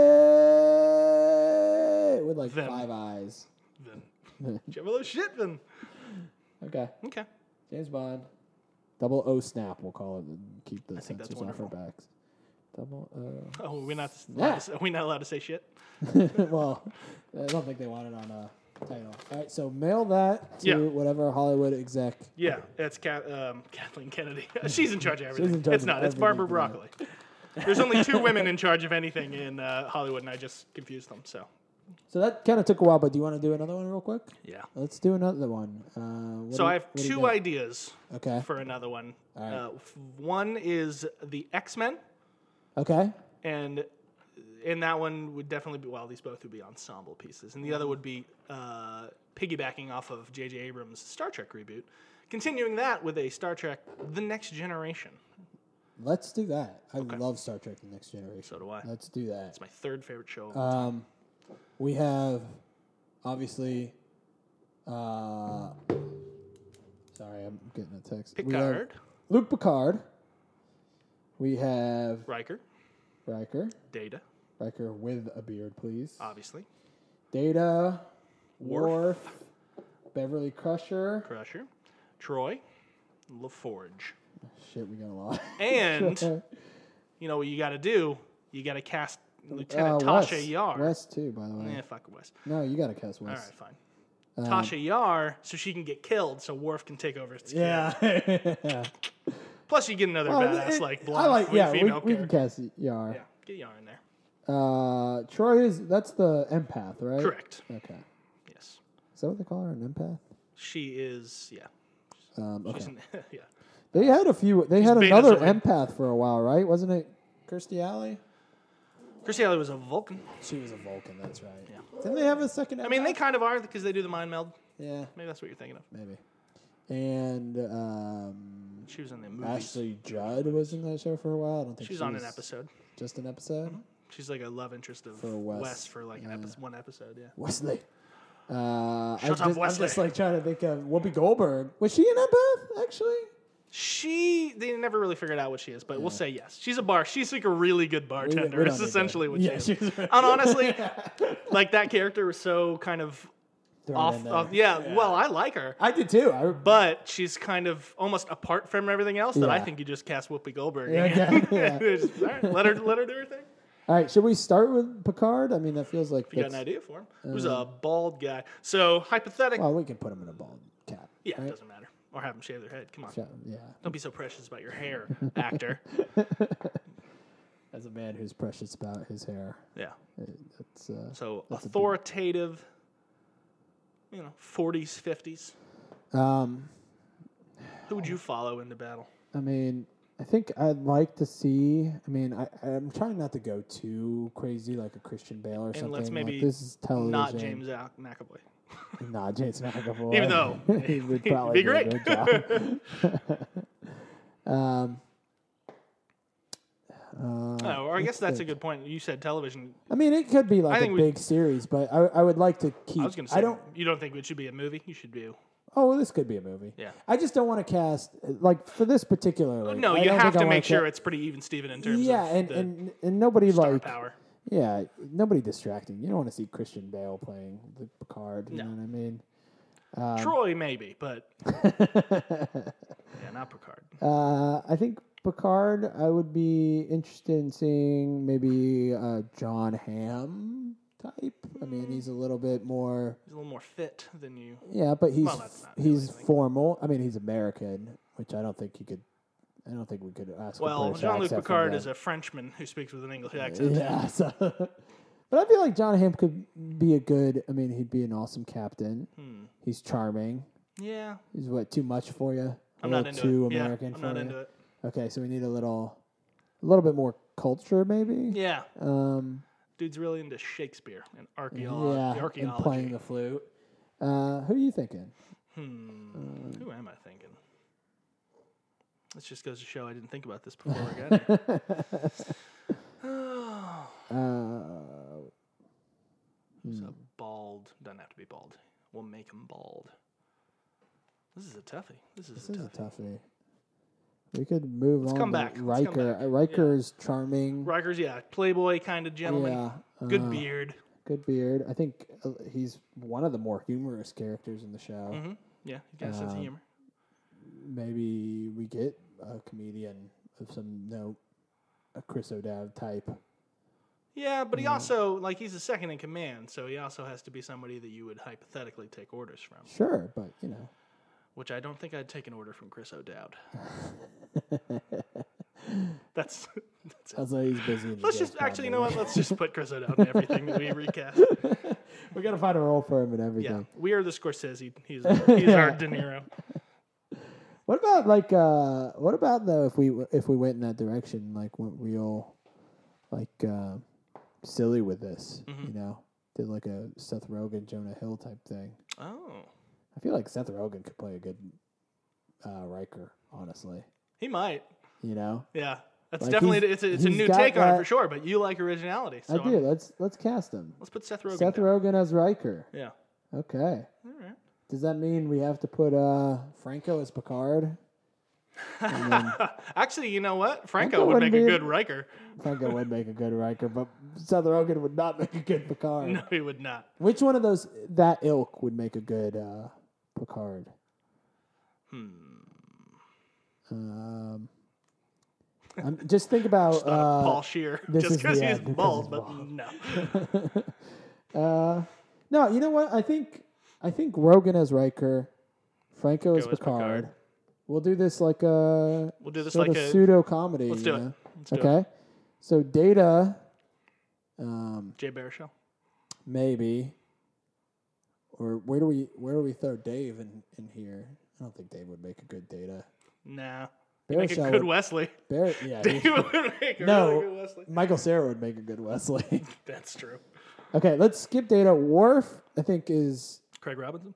Speaker 1: with like
Speaker 2: Them.
Speaker 1: five eyes.
Speaker 2: Vin. Did you have a little oh shit, Vin?
Speaker 1: Okay.
Speaker 2: Okay.
Speaker 1: James Bond. Double O snap, we'll call it, and keep the
Speaker 2: think that's
Speaker 1: sensors off our backs. Double O.
Speaker 2: Oh, are we not allowed to, are we not allowed to say shit?
Speaker 1: well, I don't think they want it on a title. All right, so mail that to
Speaker 2: Yeah.
Speaker 1: whatever Hollywood exec.
Speaker 2: Yeah, it's Ca- um, Kathleen Kennedy. She's in charge of everything.
Speaker 1: in charge
Speaker 2: it's
Speaker 1: of
Speaker 2: not. It's
Speaker 1: everything
Speaker 2: Barbara
Speaker 1: for that.
Speaker 2: Broccoli. There's only two women in charge of anything in uh, Hollywood, and I just confused them. So
Speaker 1: So that kind of took a while, but do you want to do another one real quick?
Speaker 2: yeah.
Speaker 1: Let's do another one. Uh, what
Speaker 2: So
Speaker 1: do-
Speaker 2: I have
Speaker 1: what do you
Speaker 2: two
Speaker 1: got?
Speaker 2: ideas
Speaker 1: Okay.
Speaker 2: for another one.
Speaker 1: right.
Speaker 2: Uh, f- one is the X Men,
Speaker 1: Okay.
Speaker 2: and in that one would definitely be well, these both would be ensemble pieces, and the
Speaker 1: Uh-huh.
Speaker 2: other would be uh, piggybacking off of J.J. Abrams' Star Trek reboot, continuing that with a Star Trek: The Next Generation.
Speaker 1: Let's do that. I love Star Trek: The Next Generation.
Speaker 2: So do I.
Speaker 1: Let's do that.
Speaker 2: It's my third favorite show.
Speaker 1: Um, we have obviously. Uh, sorry, I'm getting a text. We have
Speaker 2: Picard,
Speaker 1: Luke Picard. We have
Speaker 2: Riker,
Speaker 1: Riker.
Speaker 2: Data,
Speaker 1: Riker with a beard, please.
Speaker 2: obviously,
Speaker 1: Data, Worf,
Speaker 2: Uh, Worf.
Speaker 1: Beverly Crusher.
Speaker 2: Crusher, Troy, LaForge,
Speaker 1: Shit, we got a lot. Uh,
Speaker 2: and you know what you got to do You got to cast Lieutenant Tasha
Speaker 1: Uh, Wes.
Speaker 2: Yar.
Speaker 1: Wes too, by the way.
Speaker 2: Yeah, fuck Wes.
Speaker 1: No, you gotta cast
Speaker 2: All
Speaker 1: Wes. Um,
Speaker 2: right, fine. Tasha Yar, so she can get killed, so Worf can take over. As
Speaker 1: Yeah.
Speaker 2: Plus, you get another
Speaker 1: Well,
Speaker 2: badass
Speaker 1: it-
Speaker 2: like
Speaker 1: I
Speaker 2: blonde
Speaker 1: like, yeah, we,
Speaker 2: female
Speaker 1: we can
Speaker 2: character.
Speaker 1: cast Yar.
Speaker 2: yeah, get Yar in there.
Speaker 1: Uh, Troy is that's the empath, right?
Speaker 2: Correct.
Speaker 1: Okay.
Speaker 2: Yes,
Speaker 1: Is that what they call her, an empath?
Speaker 2: she is. Yeah,
Speaker 1: Um, okay.
Speaker 2: she's an, yeah.
Speaker 1: They had a few. They had
Speaker 2: beta
Speaker 1: another
Speaker 2: Zoid.
Speaker 1: empath for a while, right? Wasn't it Kirstie Alley?
Speaker 2: Chrissy Alley was a Vulcan.
Speaker 4: She was a Vulcan, that's right.
Speaker 2: Yeah.
Speaker 4: Didn't they have a second?
Speaker 2: I mean, they kind of are because they do the mind meld.
Speaker 4: yeah,
Speaker 2: Maybe that's what you're thinking of.
Speaker 4: maybe. And um,
Speaker 2: She was in the movie.
Speaker 4: Ashley Judd was in that show for a while. I don't think
Speaker 2: She's
Speaker 4: she
Speaker 2: on
Speaker 4: was
Speaker 2: an episode. Mm-hmm.
Speaker 4: Just an episode.
Speaker 2: She's like a love interest of
Speaker 4: For Wes.
Speaker 2: Wes. for like an episode, one episode. Yeah.
Speaker 4: Wesley. Uh, I'm,
Speaker 2: Shut up,
Speaker 4: just, I'm
Speaker 2: Wesley.
Speaker 4: just like trying to think of Whoopi Goldberg. Was she an empath actually?
Speaker 2: She they never really figured out what she is, but we'll say yes. She's a bar. She's like a really good bartender.
Speaker 4: we don't
Speaker 2: it's
Speaker 4: need
Speaker 2: essentially what
Speaker 4: Yeah,
Speaker 2: she is.
Speaker 4: she's-
Speaker 2: and honestly, like that character was so kind of
Speaker 1: Thrown in
Speaker 2: off.
Speaker 1: there.
Speaker 2: off yeah, Well, I like her,
Speaker 4: I did too. I,
Speaker 2: but she's kind of almost apart from everything else. That I
Speaker 1: Yeah.
Speaker 2: think you just cast Whoopi Goldberg.
Speaker 1: Yeah,
Speaker 2: in.
Speaker 1: yeah,
Speaker 2: Just, all right, let her let her do her thing.
Speaker 1: All right, should we start with Picard? I mean, that feels like
Speaker 2: You got an
Speaker 1: that's-
Speaker 2: idea for him? It was a bald guy. So hypothetic.
Speaker 1: well, we can put him in a bald cap.
Speaker 2: yeah, it
Speaker 1: right?
Speaker 2: doesn't matter. Or have them shave their head. Come on.
Speaker 1: Yeah, yeah.
Speaker 2: Don't be so precious about your hair, actor.
Speaker 1: As a man who's precious about his hair,
Speaker 2: yeah.
Speaker 1: it's uh,
Speaker 2: So authoritative, you know, 40s, 50s.
Speaker 1: um.
Speaker 2: Who would you follow into battle?
Speaker 1: I mean, I think I'd like to see. I mean, I, I'm trying not to go too crazy, like a Christian Bale or something.
Speaker 2: let's
Speaker 1: like,
Speaker 2: maybe
Speaker 1: this is television.
Speaker 2: Not James Al- McAvoy.
Speaker 1: Nah, James McAvoy.
Speaker 2: Even though
Speaker 1: he would
Speaker 2: he'd
Speaker 1: probably
Speaker 2: be
Speaker 1: do a
Speaker 2: great.
Speaker 1: good job. um, uh,
Speaker 2: Oh, or I guess that's a
Speaker 1: think.
Speaker 2: good point. You said television.
Speaker 1: I mean, it could be like a
Speaker 2: think we-
Speaker 1: big series, but I, I would like to keep.
Speaker 2: I was going to say,
Speaker 1: I don't.
Speaker 2: you don't think it should be a movie? You should do.
Speaker 1: Oh, well, this could be a movie.
Speaker 2: Yeah.
Speaker 1: I just don't want to cast like for this particular.
Speaker 2: No, you have to make sure it's pretty even, Steven, in terms
Speaker 1: Yeah,
Speaker 2: of
Speaker 1: and,
Speaker 2: the
Speaker 1: and and nobody
Speaker 2: star
Speaker 1: like
Speaker 2: power.
Speaker 1: Yeah, nobody distracting. You don't want to see Christian Bale playing the Picard. You
Speaker 2: No.
Speaker 1: know what I mean? um,
Speaker 2: Troy, maybe, but. yeah, not Picard.
Speaker 1: Uh, I think Picard. I would be interested in seeing maybe uh, John Hamm type. I
Speaker 2: Hmm.
Speaker 1: mean, he's a little bit more.
Speaker 2: He's a little more fit than you.
Speaker 1: Yeah, but he's
Speaker 2: Well, that's not really
Speaker 1: he's
Speaker 2: something.
Speaker 1: formal. I mean, he's American, which I don't think you could. I don't think we could ask. a
Speaker 2: Well,
Speaker 1: British
Speaker 2: Jean Luc
Speaker 1: accent from
Speaker 2: Picard
Speaker 1: them.
Speaker 2: is a Frenchman who speaks with an English accent.
Speaker 1: Yeah, so, but I feel like John Hamm could be a good. I mean, he'd be an awesome captain.
Speaker 2: Hmm.
Speaker 1: He's charming.
Speaker 2: Yeah,
Speaker 1: He's what too much for you?
Speaker 2: I'm not into
Speaker 1: too
Speaker 2: it.
Speaker 1: American
Speaker 2: yeah, I'm
Speaker 1: for
Speaker 2: not
Speaker 1: you.
Speaker 2: into it.
Speaker 1: Okay, so we need a little, a little bit more culture, maybe.
Speaker 2: Yeah,
Speaker 1: Um.
Speaker 2: dude's really into Shakespeare and archaeology.
Speaker 1: Yeah. And
Speaker 2: archaeology.
Speaker 1: playing the flute. Uh, who are you thinking?
Speaker 2: Hmm, Who am I thinking? This just goes to show I didn't think about this before we got here.
Speaker 1: Uh,
Speaker 2: He's
Speaker 1: Hmm.
Speaker 2: a bald. Doesn't have to be bald. We'll make him bald. This is a toughie. This
Speaker 1: this
Speaker 2: is a
Speaker 1: is
Speaker 2: toughie.
Speaker 1: a toughie. We could move on.
Speaker 2: come
Speaker 1: to
Speaker 2: back. Let's come
Speaker 1: Riker.
Speaker 2: back.
Speaker 1: Uh, Riker's charming.
Speaker 2: Rikers, yeah, playboy kind of gentleman.
Speaker 1: Yeah.
Speaker 2: Good
Speaker 1: uh,
Speaker 2: beard.
Speaker 1: Good beard. I think uh, he's one of the more humorous characters in the show.
Speaker 2: hmm Yeah, he's got a sense of
Speaker 1: um,
Speaker 2: humor. Mm-hmm.
Speaker 1: Maybe we get a comedian of some note, a Chris O'Dowd type.
Speaker 2: Yeah, but he
Speaker 1: Mm-hmm.
Speaker 2: also like he's a second in command, so he also has to be somebody that you would hypothetically take orders from.
Speaker 1: Sure, but you know.
Speaker 2: which I don't think I'd take an order from Chris O'Dowd. that's, that's it.
Speaker 1: That's why he's busy.
Speaker 2: Let's just actually, you know what? Let's just put Chris O'Dowd in everything that we recast.
Speaker 1: We gotta find a role for him and everything.
Speaker 2: Yeah, we are the Scorsese. He's he's our De Niro.
Speaker 1: What about like, uh, what about though if we if we went in that direction, like went real, like uh, silly with this,
Speaker 2: Mm-hmm.
Speaker 1: you know, did like a Seth Rogen, Jonah Hill type thing.
Speaker 2: Oh,
Speaker 1: I feel like Seth Rogen could play a good uh, Riker, honestly.
Speaker 2: he might.
Speaker 1: You know,
Speaker 2: Yeah, that's
Speaker 1: Like,
Speaker 2: definitely
Speaker 1: he's-
Speaker 2: it's a, it's a
Speaker 1: he's
Speaker 2: new
Speaker 1: got
Speaker 2: take on it
Speaker 1: that-
Speaker 2: for sure. But you like originality, so
Speaker 1: I do.
Speaker 2: I'm-
Speaker 1: Let's let's cast him.
Speaker 2: let's put Seth Rogen.
Speaker 1: Seth
Speaker 2: down.
Speaker 1: Rogen as Riker.
Speaker 2: Yeah.
Speaker 1: Okay.
Speaker 2: All right.
Speaker 1: Does that mean we have to put uh, Franco as Picard?
Speaker 2: Actually, you know what? Franco,
Speaker 1: Franco
Speaker 2: would
Speaker 1: wouldn't
Speaker 2: make a
Speaker 1: be-
Speaker 2: good Riker.
Speaker 1: Franco would make a good Riker, but Seth Rogen would not make a good Picard.
Speaker 2: No, he would not.
Speaker 1: Which one of those that ilk would make a good uh, Picard? Hmm. Um, Um, just think about
Speaker 2: Not a
Speaker 1: uh,
Speaker 2: Paul Shear.
Speaker 1: this
Speaker 2: Just
Speaker 1: is-
Speaker 2: because
Speaker 1: yeah,
Speaker 2: he's
Speaker 1: because
Speaker 2: bald,
Speaker 1: he's
Speaker 2: but
Speaker 1: bald.
Speaker 2: no.
Speaker 1: Uh, no, you know what? I think I think Rogan as Riker, Franco as
Speaker 2: Franco as
Speaker 1: Picard.
Speaker 2: Picard.
Speaker 1: We'll do this like a
Speaker 2: We'll do this
Speaker 1: sort
Speaker 2: like
Speaker 1: of
Speaker 2: a-
Speaker 1: pseudo comedy.
Speaker 2: Let's do it. Let's do it.
Speaker 1: okay, so Data, um,
Speaker 2: Jay Baruchel.
Speaker 1: maybe, or where do we where do we throw Dave in, in here? I don't think Dave would make a good Data.
Speaker 2: Nah. You make a
Speaker 1: Baruchel
Speaker 2: good
Speaker 1: would-
Speaker 2: Wesley.
Speaker 1: Barrett, yeah, he-
Speaker 2: You would make a
Speaker 1: No.
Speaker 2: really good Wesley.
Speaker 1: Michael Sarah would make a good Wesley.
Speaker 2: That's true.
Speaker 1: okay, let's skip Data. Worf, I think is
Speaker 2: Craig Robinson.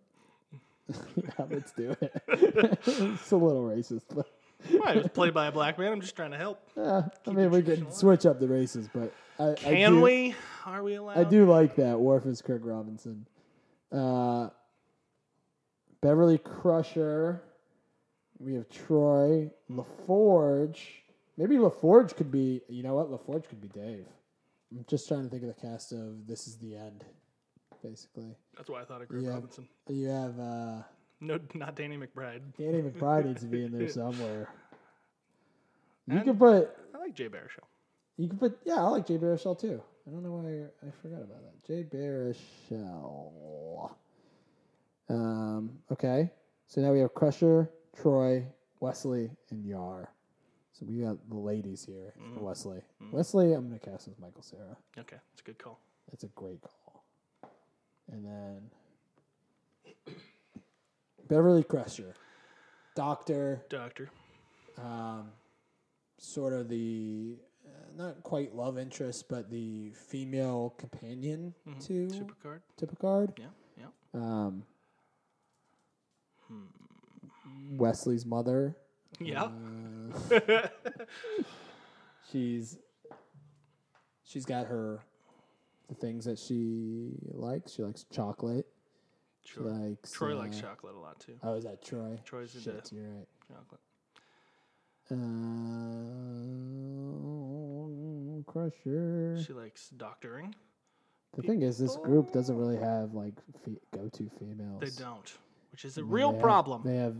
Speaker 1: yeah, let's do it. it's a little racist, but
Speaker 2: Why? It was played by a black man. I'm just trying to help.
Speaker 1: uh, I mean, we can switch up the races, but I, I
Speaker 2: Can
Speaker 1: do,
Speaker 2: we? Are we allowed?
Speaker 1: I do like that. Worf is Kirk Robinson. Uh, Beverly Crusher. We have Troy LaForge. Maybe LaForge could be. You know what? LaForge could be Dave. I'm just trying to think of the cast of This Is the End, basically.
Speaker 2: That's why I thought of Craig
Speaker 1: Yeah.
Speaker 2: Robinson.
Speaker 1: You have uh,
Speaker 2: No, not Danny McBride.
Speaker 1: Danny McBride needs to be in there somewhere. You
Speaker 2: And-
Speaker 1: could put
Speaker 2: I like Jay Baruchel.
Speaker 1: You can put yeah, I like Jay Baruchel too. I don't know why I forgot about that. Jay Baruchel. Um, okay. So now we have Crusher, Troy, Wesley, and Yar. So we got the ladies here. and Wesley. Wesley, I'm gonna cast as Michael Sarah.
Speaker 2: Okay, that's a good call.
Speaker 1: That's a great call. And then Beverly Crusher, Doctor
Speaker 2: Doctor.
Speaker 5: um, sort of the uh, not quite love interest, but the female companion to
Speaker 2: Mm-hmm. Super card.
Speaker 1: to Picard.
Speaker 2: Yeah, yeah.
Speaker 1: Um, Wesley's mother.
Speaker 2: Hmm.
Speaker 1: Uh,
Speaker 2: Yeah.
Speaker 5: she's she's got her
Speaker 1: The things that she likes. She likes chocolate. She
Speaker 2: Troy,
Speaker 1: likes.
Speaker 2: Troy
Speaker 1: uh,
Speaker 2: likes chocolate a lot too.
Speaker 1: Oh, is that Troy?
Speaker 2: Troy's into
Speaker 1: Shit, you're right.
Speaker 2: chocolate.
Speaker 1: Uh, Crusher.
Speaker 2: She likes doctoring.
Speaker 1: The thing is, this group doesn't really have like fe- go-to females.
Speaker 2: They don't, which is a
Speaker 1: I mean,
Speaker 2: real
Speaker 1: they have-
Speaker 2: problem.
Speaker 1: They have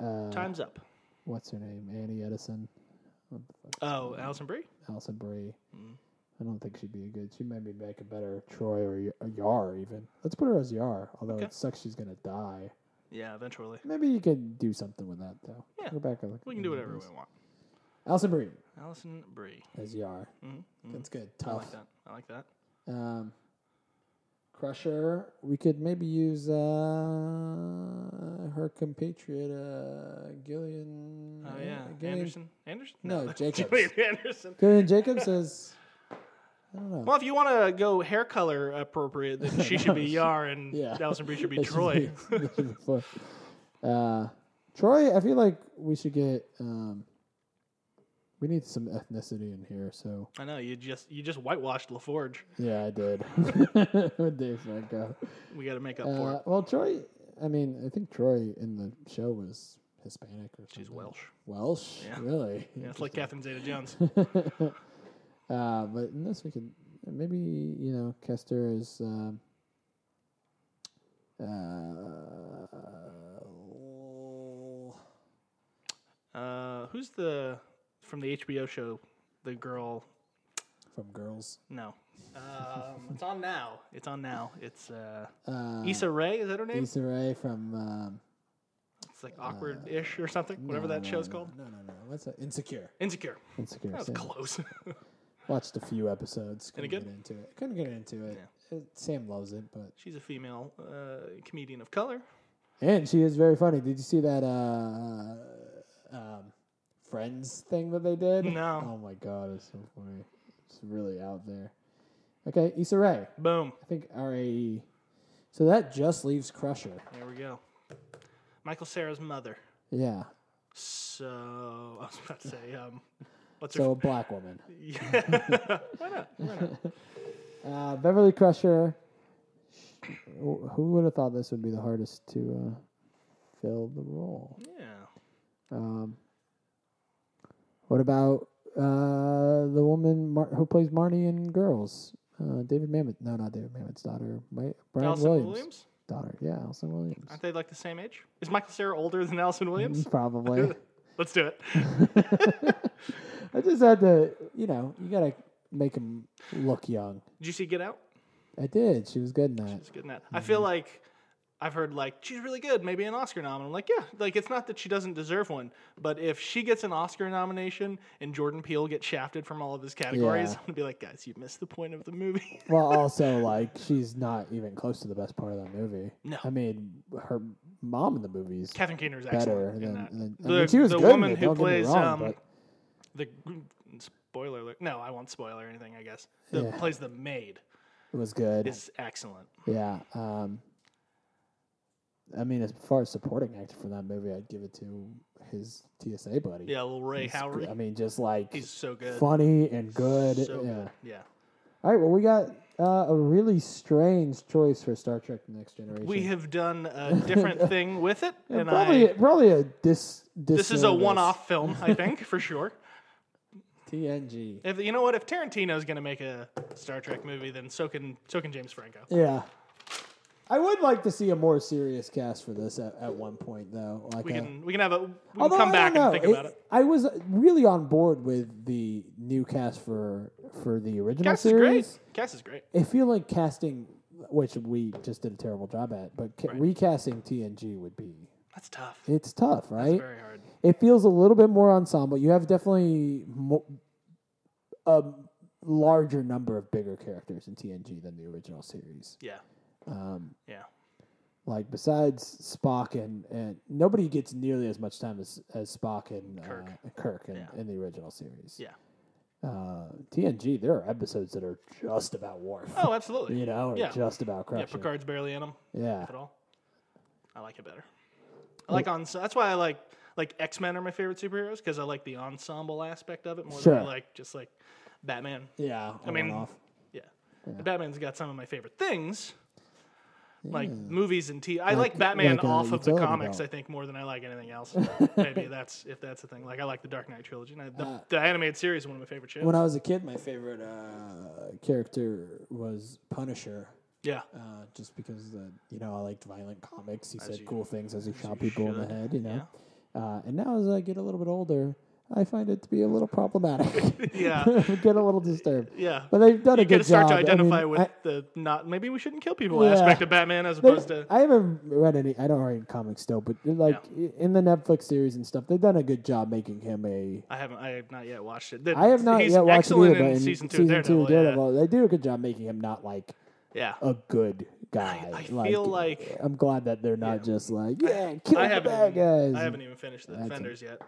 Speaker 1: uh,
Speaker 2: Time's up.
Speaker 1: what's her name? Annie Edison. What the fuck?
Speaker 2: Oh, Allison Brie.
Speaker 1: Alison Brie.
Speaker 2: Mm.
Speaker 1: I don't think she'd be a good. She maybe make a better Troy or, Y- or Yar even. Let's put her as Yar. Although
Speaker 2: Okay.
Speaker 1: it sucks she's gonna die.
Speaker 2: Yeah, eventually
Speaker 1: Maybe you could do something with that though.
Speaker 2: Yeah.
Speaker 1: Go back and look
Speaker 2: we
Speaker 1: at
Speaker 2: can
Speaker 1: the
Speaker 2: do whatever
Speaker 1: movies.
Speaker 2: we want.
Speaker 1: Alison Brie
Speaker 2: Allison Brie.
Speaker 1: as Yar.
Speaker 2: Mm-hmm.
Speaker 5: that's good
Speaker 2: I
Speaker 5: tough
Speaker 2: like that. I like that.
Speaker 1: Um, Crusher. We could maybe use uh, her compatriot uh, Gillian. eh,
Speaker 2: Oh yeah,
Speaker 1: Gillian,
Speaker 2: Anderson. Anderson.
Speaker 1: No,
Speaker 2: that's
Speaker 1: Jacobs.
Speaker 2: Julian Anderson.
Speaker 1: Gillian Jacobs is. I don't know.
Speaker 2: Well, if you want to go hair color appropriate, then she should be Yar and
Speaker 1: Yeah.
Speaker 2: Allison Brie should be
Speaker 1: It should
Speaker 2: Troy.
Speaker 1: be- it should be Troy. uh, Troy, I feel like we should get. Um, we need some ethnicity in here, so
Speaker 2: I know you just you just whitewashed LaForge.
Speaker 1: yeah, I did. With Dave Franco.
Speaker 2: We got to make up for
Speaker 1: Uh,
Speaker 2: it.
Speaker 1: well, Troy. I mean, I think Troy in the show was Hispanic or something.
Speaker 2: She's Welsh.
Speaker 1: Welsh,
Speaker 2: Yeah.
Speaker 1: really?
Speaker 2: Yeah, it's like Catherine Zeta-Jones.
Speaker 1: uh, but unless we could, maybe you know, Kester is. uh, Um, uh,
Speaker 2: Uh, who's the from the HBO show? The girl?
Speaker 5: from girls.
Speaker 2: No, um, it's on now. It's on now. It's uh,
Speaker 1: uh,
Speaker 2: Issa Rae. Is that her name?
Speaker 1: Issa Rae from um,
Speaker 2: It's like awkward-ish or something. Whatever
Speaker 1: no,
Speaker 2: that
Speaker 1: no,
Speaker 2: show's
Speaker 1: no,
Speaker 2: called.
Speaker 5: No, no, no. What's that? Insecure.
Speaker 2: Insecure.
Speaker 1: Insecure.
Speaker 2: That was
Speaker 1: Sam.
Speaker 2: close.
Speaker 1: Watched a few episodes. Couldn't
Speaker 2: Any
Speaker 1: get
Speaker 2: good?
Speaker 1: into it. Couldn't get into it. Uh, Sam loves it, but
Speaker 2: She's a female uh, comedian of color.
Speaker 1: and she is very funny. Did you see that uh, um, Friends thing that they did?
Speaker 2: No.
Speaker 1: Oh my god, it's so funny. It's really out there. Okay, Issa Rae.
Speaker 2: Boom.
Speaker 1: I think R A E.
Speaker 5: So that just leaves Crusher.
Speaker 2: There we go. Michael Sarah's mother.
Speaker 1: Yeah.
Speaker 2: So I was about to say, um, what's
Speaker 1: So
Speaker 2: her?
Speaker 1: a black woman.
Speaker 2: Yeah. Why not? Why not?
Speaker 1: Uh, Beverly Crusher. Who who would have thought this would be the hardest to uh, fill the role?
Speaker 2: Yeah.
Speaker 1: Um, what about uh, the woman Mar- who plays Marnie in Girls? Uh, David Mamet. No, not David Mamet's daughter. My, Brian
Speaker 2: Allison
Speaker 1: Williams.
Speaker 2: Williams.
Speaker 1: Daughter. Yeah, Allison Williams.
Speaker 2: Aren't they like the same age? Is Michael Sarah older than Allison Williams?
Speaker 1: Probably.
Speaker 2: Let's do it.
Speaker 1: I
Speaker 6: just had to, you know, you gotta make them look young.
Speaker 2: Did you see Get Out?
Speaker 6: I did. She was good in that.
Speaker 2: She's good in that. I
Speaker 1: Mm-hmm.
Speaker 2: feel like I've heard like she's really good, maybe an Oscar nom. And I'm like, yeah, like it's not that she doesn't deserve one, but if she gets an Oscar nomination and Jordan Peele gets shafted from all of his categories,
Speaker 6: Yeah.
Speaker 2: I'm gonna be like, guys, you missed the point of the movie.
Speaker 1: Well, also like she's not even close to the best part of that movie.
Speaker 2: No.
Speaker 1: I mean her mom in the movies
Speaker 2: Catherine Keener is
Speaker 1: better
Speaker 2: excellent
Speaker 1: than,
Speaker 2: in that.
Speaker 1: than- I
Speaker 2: The-
Speaker 1: mean, she was
Speaker 2: the
Speaker 1: good in
Speaker 2: woman
Speaker 1: it,
Speaker 2: who
Speaker 1: don't get me
Speaker 2: plays,
Speaker 1: wrong,
Speaker 2: um,
Speaker 1: but
Speaker 2: The spoiler alert. No, I won't spoil or anything. I guess the
Speaker 1: Yeah.
Speaker 2: plays the maid
Speaker 1: it was good.
Speaker 2: is excellent.
Speaker 1: Yeah. Um, I mean, as far as supporting actor for that movie, I'd give it to his TSA buddy.
Speaker 2: Yeah, little Ray
Speaker 1: He's gr-
Speaker 2: Howard.
Speaker 1: I mean, just like
Speaker 2: He's so good.
Speaker 1: funny and good.
Speaker 2: So
Speaker 1: yeah.
Speaker 2: good. Yeah.
Speaker 1: All right. Well, we got uh, a really strange choice for Star Trek: The Next Generation.
Speaker 2: We have done a different thing with it,
Speaker 1: Yeah,
Speaker 2: and
Speaker 1: probably
Speaker 2: I,
Speaker 1: probably a dis.
Speaker 2: this is a
Speaker 1: disservice.
Speaker 2: one-off film, I think, for sure.
Speaker 6: TNG.
Speaker 2: If you know what, if Tarantino's going to make a Star Trek movie, then so can so can James Franco.
Speaker 1: Yeah. I would like to see a more serious cast for this at, at one point, though. Like
Speaker 2: We
Speaker 1: a-
Speaker 2: can we can have a we can
Speaker 1: Although,
Speaker 2: come
Speaker 1: I
Speaker 2: back
Speaker 1: don't
Speaker 2: and
Speaker 1: know.
Speaker 2: think about it.
Speaker 1: I was really on board with the new cast for for the original
Speaker 2: Cass is
Speaker 1: series.
Speaker 2: great. Cass is great.
Speaker 1: I feel like casting, which we just did a terrible job at, but ca- recasting TNG would be
Speaker 2: That's tough.
Speaker 1: it's tough, right?
Speaker 2: It's very hard.
Speaker 1: it feels a little bit more ensemble. You have definitely mo- a larger number of bigger characters in TNG than the original series.
Speaker 2: Yeah.
Speaker 1: Um,
Speaker 2: Yeah.
Speaker 1: like besides Spock and, and nobody gets nearly as much time as, as Spock and
Speaker 2: Kirk.
Speaker 1: uh, Kirk in,
Speaker 2: Yeah.
Speaker 1: in the original series.
Speaker 2: Yeah.
Speaker 1: Uh, TNG, there are episodes that are just about Worf,
Speaker 2: Oh, absolutely.
Speaker 1: you know, or
Speaker 2: yeah.
Speaker 1: just about
Speaker 2: yeah.
Speaker 1: Crusher.
Speaker 2: Picard's barely in them
Speaker 1: Yeah,
Speaker 2: at all. I like it better. I like on. That's why I like like X Men are my favorite superheroes because I like the ensemble aspect of it more than I
Speaker 1: Sure.
Speaker 2: like just like Batman.
Speaker 1: yeah.
Speaker 2: I mean, Yeah. Batman's got some of my favorite things. Like movies and TV. I like, Batman
Speaker 1: like, uh,
Speaker 2: off of the
Speaker 1: utility
Speaker 2: comics,
Speaker 1: belt.
Speaker 2: I think, more than I like anything else. Maybe that's if that's the thing. Like I like the Dark Knight trilogy. And I,
Speaker 1: Uh,
Speaker 2: the, the animated series is one of my favorite shows.
Speaker 6: When I was a kid, my favorite uh, character was Punisher.
Speaker 2: yeah.
Speaker 6: Uh, just because the you know I liked violent comics, he said
Speaker 2: you-
Speaker 6: cool things as he shot people in the
Speaker 2: should,
Speaker 6: head, you know. Uh, and now as I get a little bit older, I find it to be a little problematic.
Speaker 2: Yeah.
Speaker 1: get a little disturbed.
Speaker 2: Yeah.
Speaker 1: But they've done
Speaker 2: you
Speaker 1: a good
Speaker 2: gotta start to
Speaker 1: job. I mean,
Speaker 2: identify with
Speaker 1: I-
Speaker 2: the not maybe we shouldn't kill people
Speaker 1: Yeah.
Speaker 2: aspect of Batman as
Speaker 1: They-
Speaker 2: opposed to
Speaker 1: I haven't read any. I don't read comics still, but like in the Netflix series and stuff, they've done a good job making him a.
Speaker 2: I haven't I have not yet watched it. The-
Speaker 1: I have not
Speaker 2: he's
Speaker 1: yet watched it
Speaker 2: excellent
Speaker 1: either, but
Speaker 2: in
Speaker 1: in
Speaker 2: season two of Daredevil.
Speaker 1: of
Speaker 2: yeah.
Speaker 1: Daredevil, they do a good job making him not like
Speaker 2: yeah.
Speaker 1: a good guy.
Speaker 2: I feel like-
Speaker 1: I'm glad that they're not just like yeah, kill
Speaker 2: I
Speaker 1: the
Speaker 2: haven't.
Speaker 1: bad guys.
Speaker 2: I haven't even finished the
Speaker 1: That's it.
Speaker 2: Defenders yet.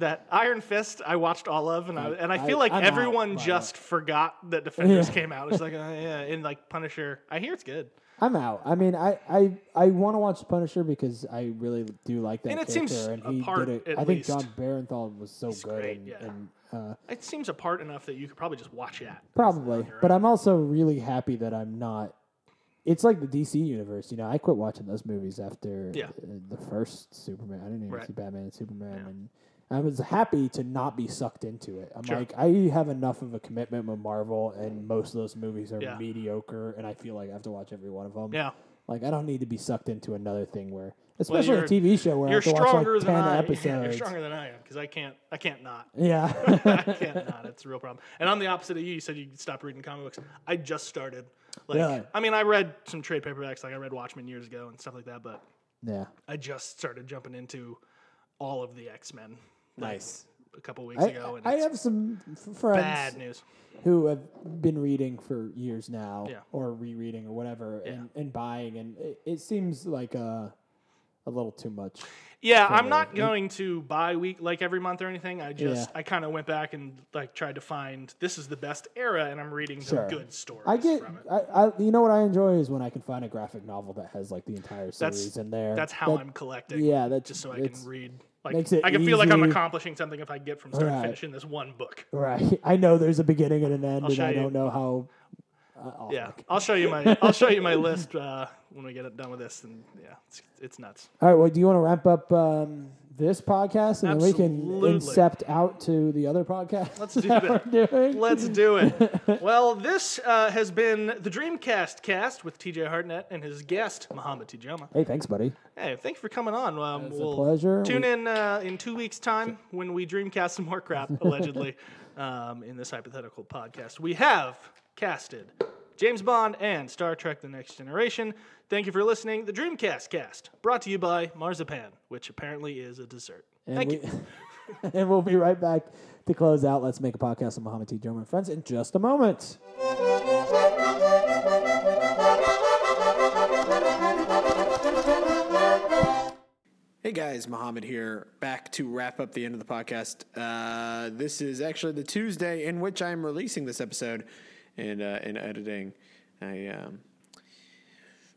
Speaker 2: That Iron Fist, I watched all of, and I, and I feel
Speaker 1: I-
Speaker 2: like
Speaker 1: I'm out
Speaker 2: everyone
Speaker 1: by
Speaker 2: just forgot that Defenders came out. It's like, uh, yeah, and like Punisher. I hear it's good,
Speaker 1: I'm out. I mean, I I, I want to watch The Punisher because I really do like that.
Speaker 2: And it
Speaker 1: character,
Speaker 2: seems
Speaker 1: and
Speaker 2: a
Speaker 1: he
Speaker 2: part,
Speaker 1: did
Speaker 2: at
Speaker 1: it. I think
Speaker 2: least.
Speaker 1: John Barenthal was so good.
Speaker 2: great,
Speaker 1: and,
Speaker 2: yeah.
Speaker 1: and, uh,
Speaker 2: it seems apart enough that you could probably just watch that.
Speaker 1: Probably, but I'm also really happy that I'm not. It's like the DC universe, you know. I quit watching those movies after
Speaker 2: Yeah.
Speaker 1: uh, the first Superman. I didn't even
Speaker 2: Right.
Speaker 1: see Batman and Superman,
Speaker 2: Yeah.
Speaker 1: and I was happy to not be sucked into it. I'm
Speaker 2: Sure.
Speaker 1: like, I have enough of a commitment with Marvel, and most of those movies are
Speaker 2: Yeah.
Speaker 1: mediocre, and I feel like I have to watch every one of them.
Speaker 2: Yeah,
Speaker 1: Like, I don't need to be sucked into another thing where, especially
Speaker 2: you're-
Speaker 1: a TV show where I
Speaker 2: you're
Speaker 1: have to watch
Speaker 2: stronger
Speaker 1: like
Speaker 2: than
Speaker 1: ten
Speaker 2: I.
Speaker 1: episodes.
Speaker 2: Yeah, you're stronger than I am because I can't. I can't not.
Speaker 1: yeah.
Speaker 2: I can't not. It's a real problem. And I'm the opposite of you. You said you stopped reading comic books. I just started. Like,
Speaker 1: Really?
Speaker 2: I mean, I read some trade paperbacks. Like I read Watchmen years ago and stuff like that, but.
Speaker 1: yeah.
Speaker 2: I just started jumping into all of the X Men
Speaker 6: nice.
Speaker 2: a couple weeks
Speaker 1: I,
Speaker 2: ago, and
Speaker 1: I
Speaker 2: it's
Speaker 1: have some f- friends.
Speaker 2: bad news.
Speaker 1: who have been reading for years now
Speaker 2: Yeah.
Speaker 1: or rereading or whatever and, and buying and it, it seems like a, a little too much
Speaker 2: Yeah, I'm not going to buy week like every month or anything. I just I kind of went back and like tried to find this is the best era, and I'm reading
Speaker 1: Sure.
Speaker 2: the good stories.
Speaker 1: i get
Speaker 2: from it.
Speaker 1: I, I you know what i enjoy is when i can find a graphic novel that has like the entire
Speaker 2: That's-
Speaker 1: series in there
Speaker 2: That's how
Speaker 1: That-
Speaker 2: I'm collecting.
Speaker 1: yeah that's
Speaker 2: just so I
Speaker 1: it's-
Speaker 2: can read. Like
Speaker 1: makes it
Speaker 2: I can feel like I'm
Speaker 1: easy.
Speaker 2: accomplishing something if I get from start to
Speaker 1: Right.
Speaker 2: finish in this one book.
Speaker 1: right i know there's a beginning and an end and
Speaker 2: show
Speaker 1: i
Speaker 2: you.
Speaker 1: don't know how uh, I'll-
Speaker 2: Yeah, I'll show you my I'll show you my list uh, when we get done with this, and yeah, it's, it's nuts.
Speaker 1: all right well do you want to wrap up um,
Speaker 7: this podcast, and then we
Speaker 2: Absolutely.
Speaker 7: can incept out to the other podcast.
Speaker 2: Let's do that.
Speaker 7: we're doing.
Speaker 2: Let's do it. Well, this uh, has been the Dreamcast cast with TJ Hartnett and his guest, Muhammad Tijoma.
Speaker 7: hey, thanks, buddy.
Speaker 2: Hey, thank you for coming on. Um,
Speaker 7: was a
Speaker 2: we'll
Speaker 7: pleasure.
Speaker 2: Tune
Speaker 7: We-
Speaker 2: in uh, in two weeks' time when we Dreamcast some more crap, allegedly, um, in this hypothetical podcast. We have casted James Bond and Star Trek The Next Generation. Thank you for listening. The Dreamcast cast, brought to you by Marzipan, which apparently is a dessert.
Speaker 7: And
Speaker 2: Thank
Speaker 7: we,
Speaker 2: you.
Speaker 7: and we'll be right back to close out. Let's make a podcast of Muhammad T. German friends in just a moment.
Speaker 8: Hey guys, Mohammed here, back to wrap up the end of the podcast. Uh, this is actually the Tuesday in which I'm releasing this episode and, uh, and editing. I, um,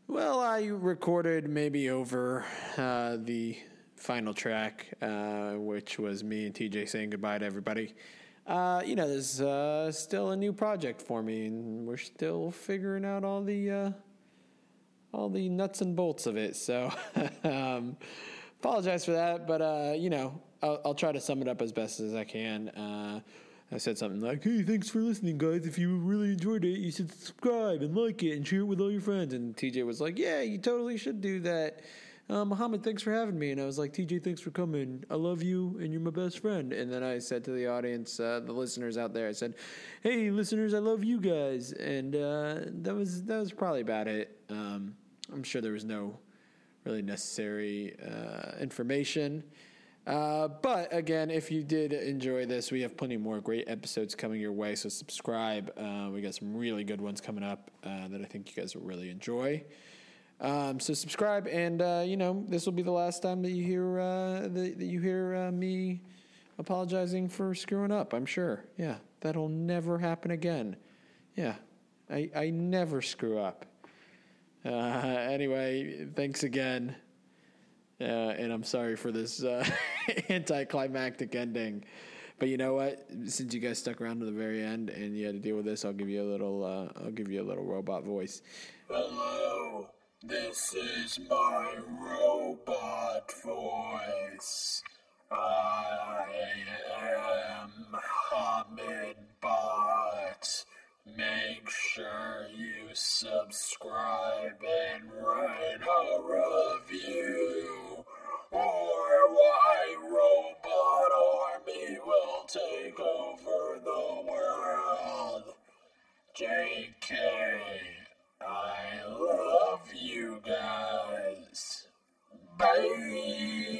Speaker 8: well, I recorded maybe over uh, the final track, uh, which was me and TJ saying goodbye to everybody. Uh, you know, there's uh, still a new project for me, and we're still figuring out all the. Uh, all the nuts and bolts of it. So um, apologize for that, but uh, you know, I'll, I'll try to sum it up as best as I can. Uh, I said something like, "Hey, thanks for listening, guys. If you really enjoyed it, you should subscribe and like it and share it with all your friends." And TJ was like, "Yeah, you totally should do that." Uh, Muhammad, thanks for having me. And I was like, TJ, thanks for coming. I love you, and you're my best friend. And then I said to the audience, uh, the listeners out there, I said, "Hey, listeners, I love you guys." And uh, that was that was probably about it. Um, I'm sure there was no really necessary uh, information. Uh, but again, if you did enjoy this, we have plenty more great episodes coming your way. So subscribe. Uh, we got some really good ones coming up uh, that I think you guys will really enjoy. Um, so subscribe, and uh, you know this will be the last time that you hear uh, that, that you hear uh, me apologizing for screwing up. I'm sure. Yeah, that'll never happen again. Yeah, I I never screw up. Uh, anyway, thanks again, uh, and I'm sorry for this uh, anticlimactic ending. But you know what? Since you guys stuck around to the very end and you had to deal with this, I'll give you a little. Uh, I'll give you a little robot voice.
Speaker 9: Hello, this is my robot voice. I am Hamid Bot. Make sure you subscribe and write a review, or why Robot Army will take over the world. JK, I love you guys. Bye.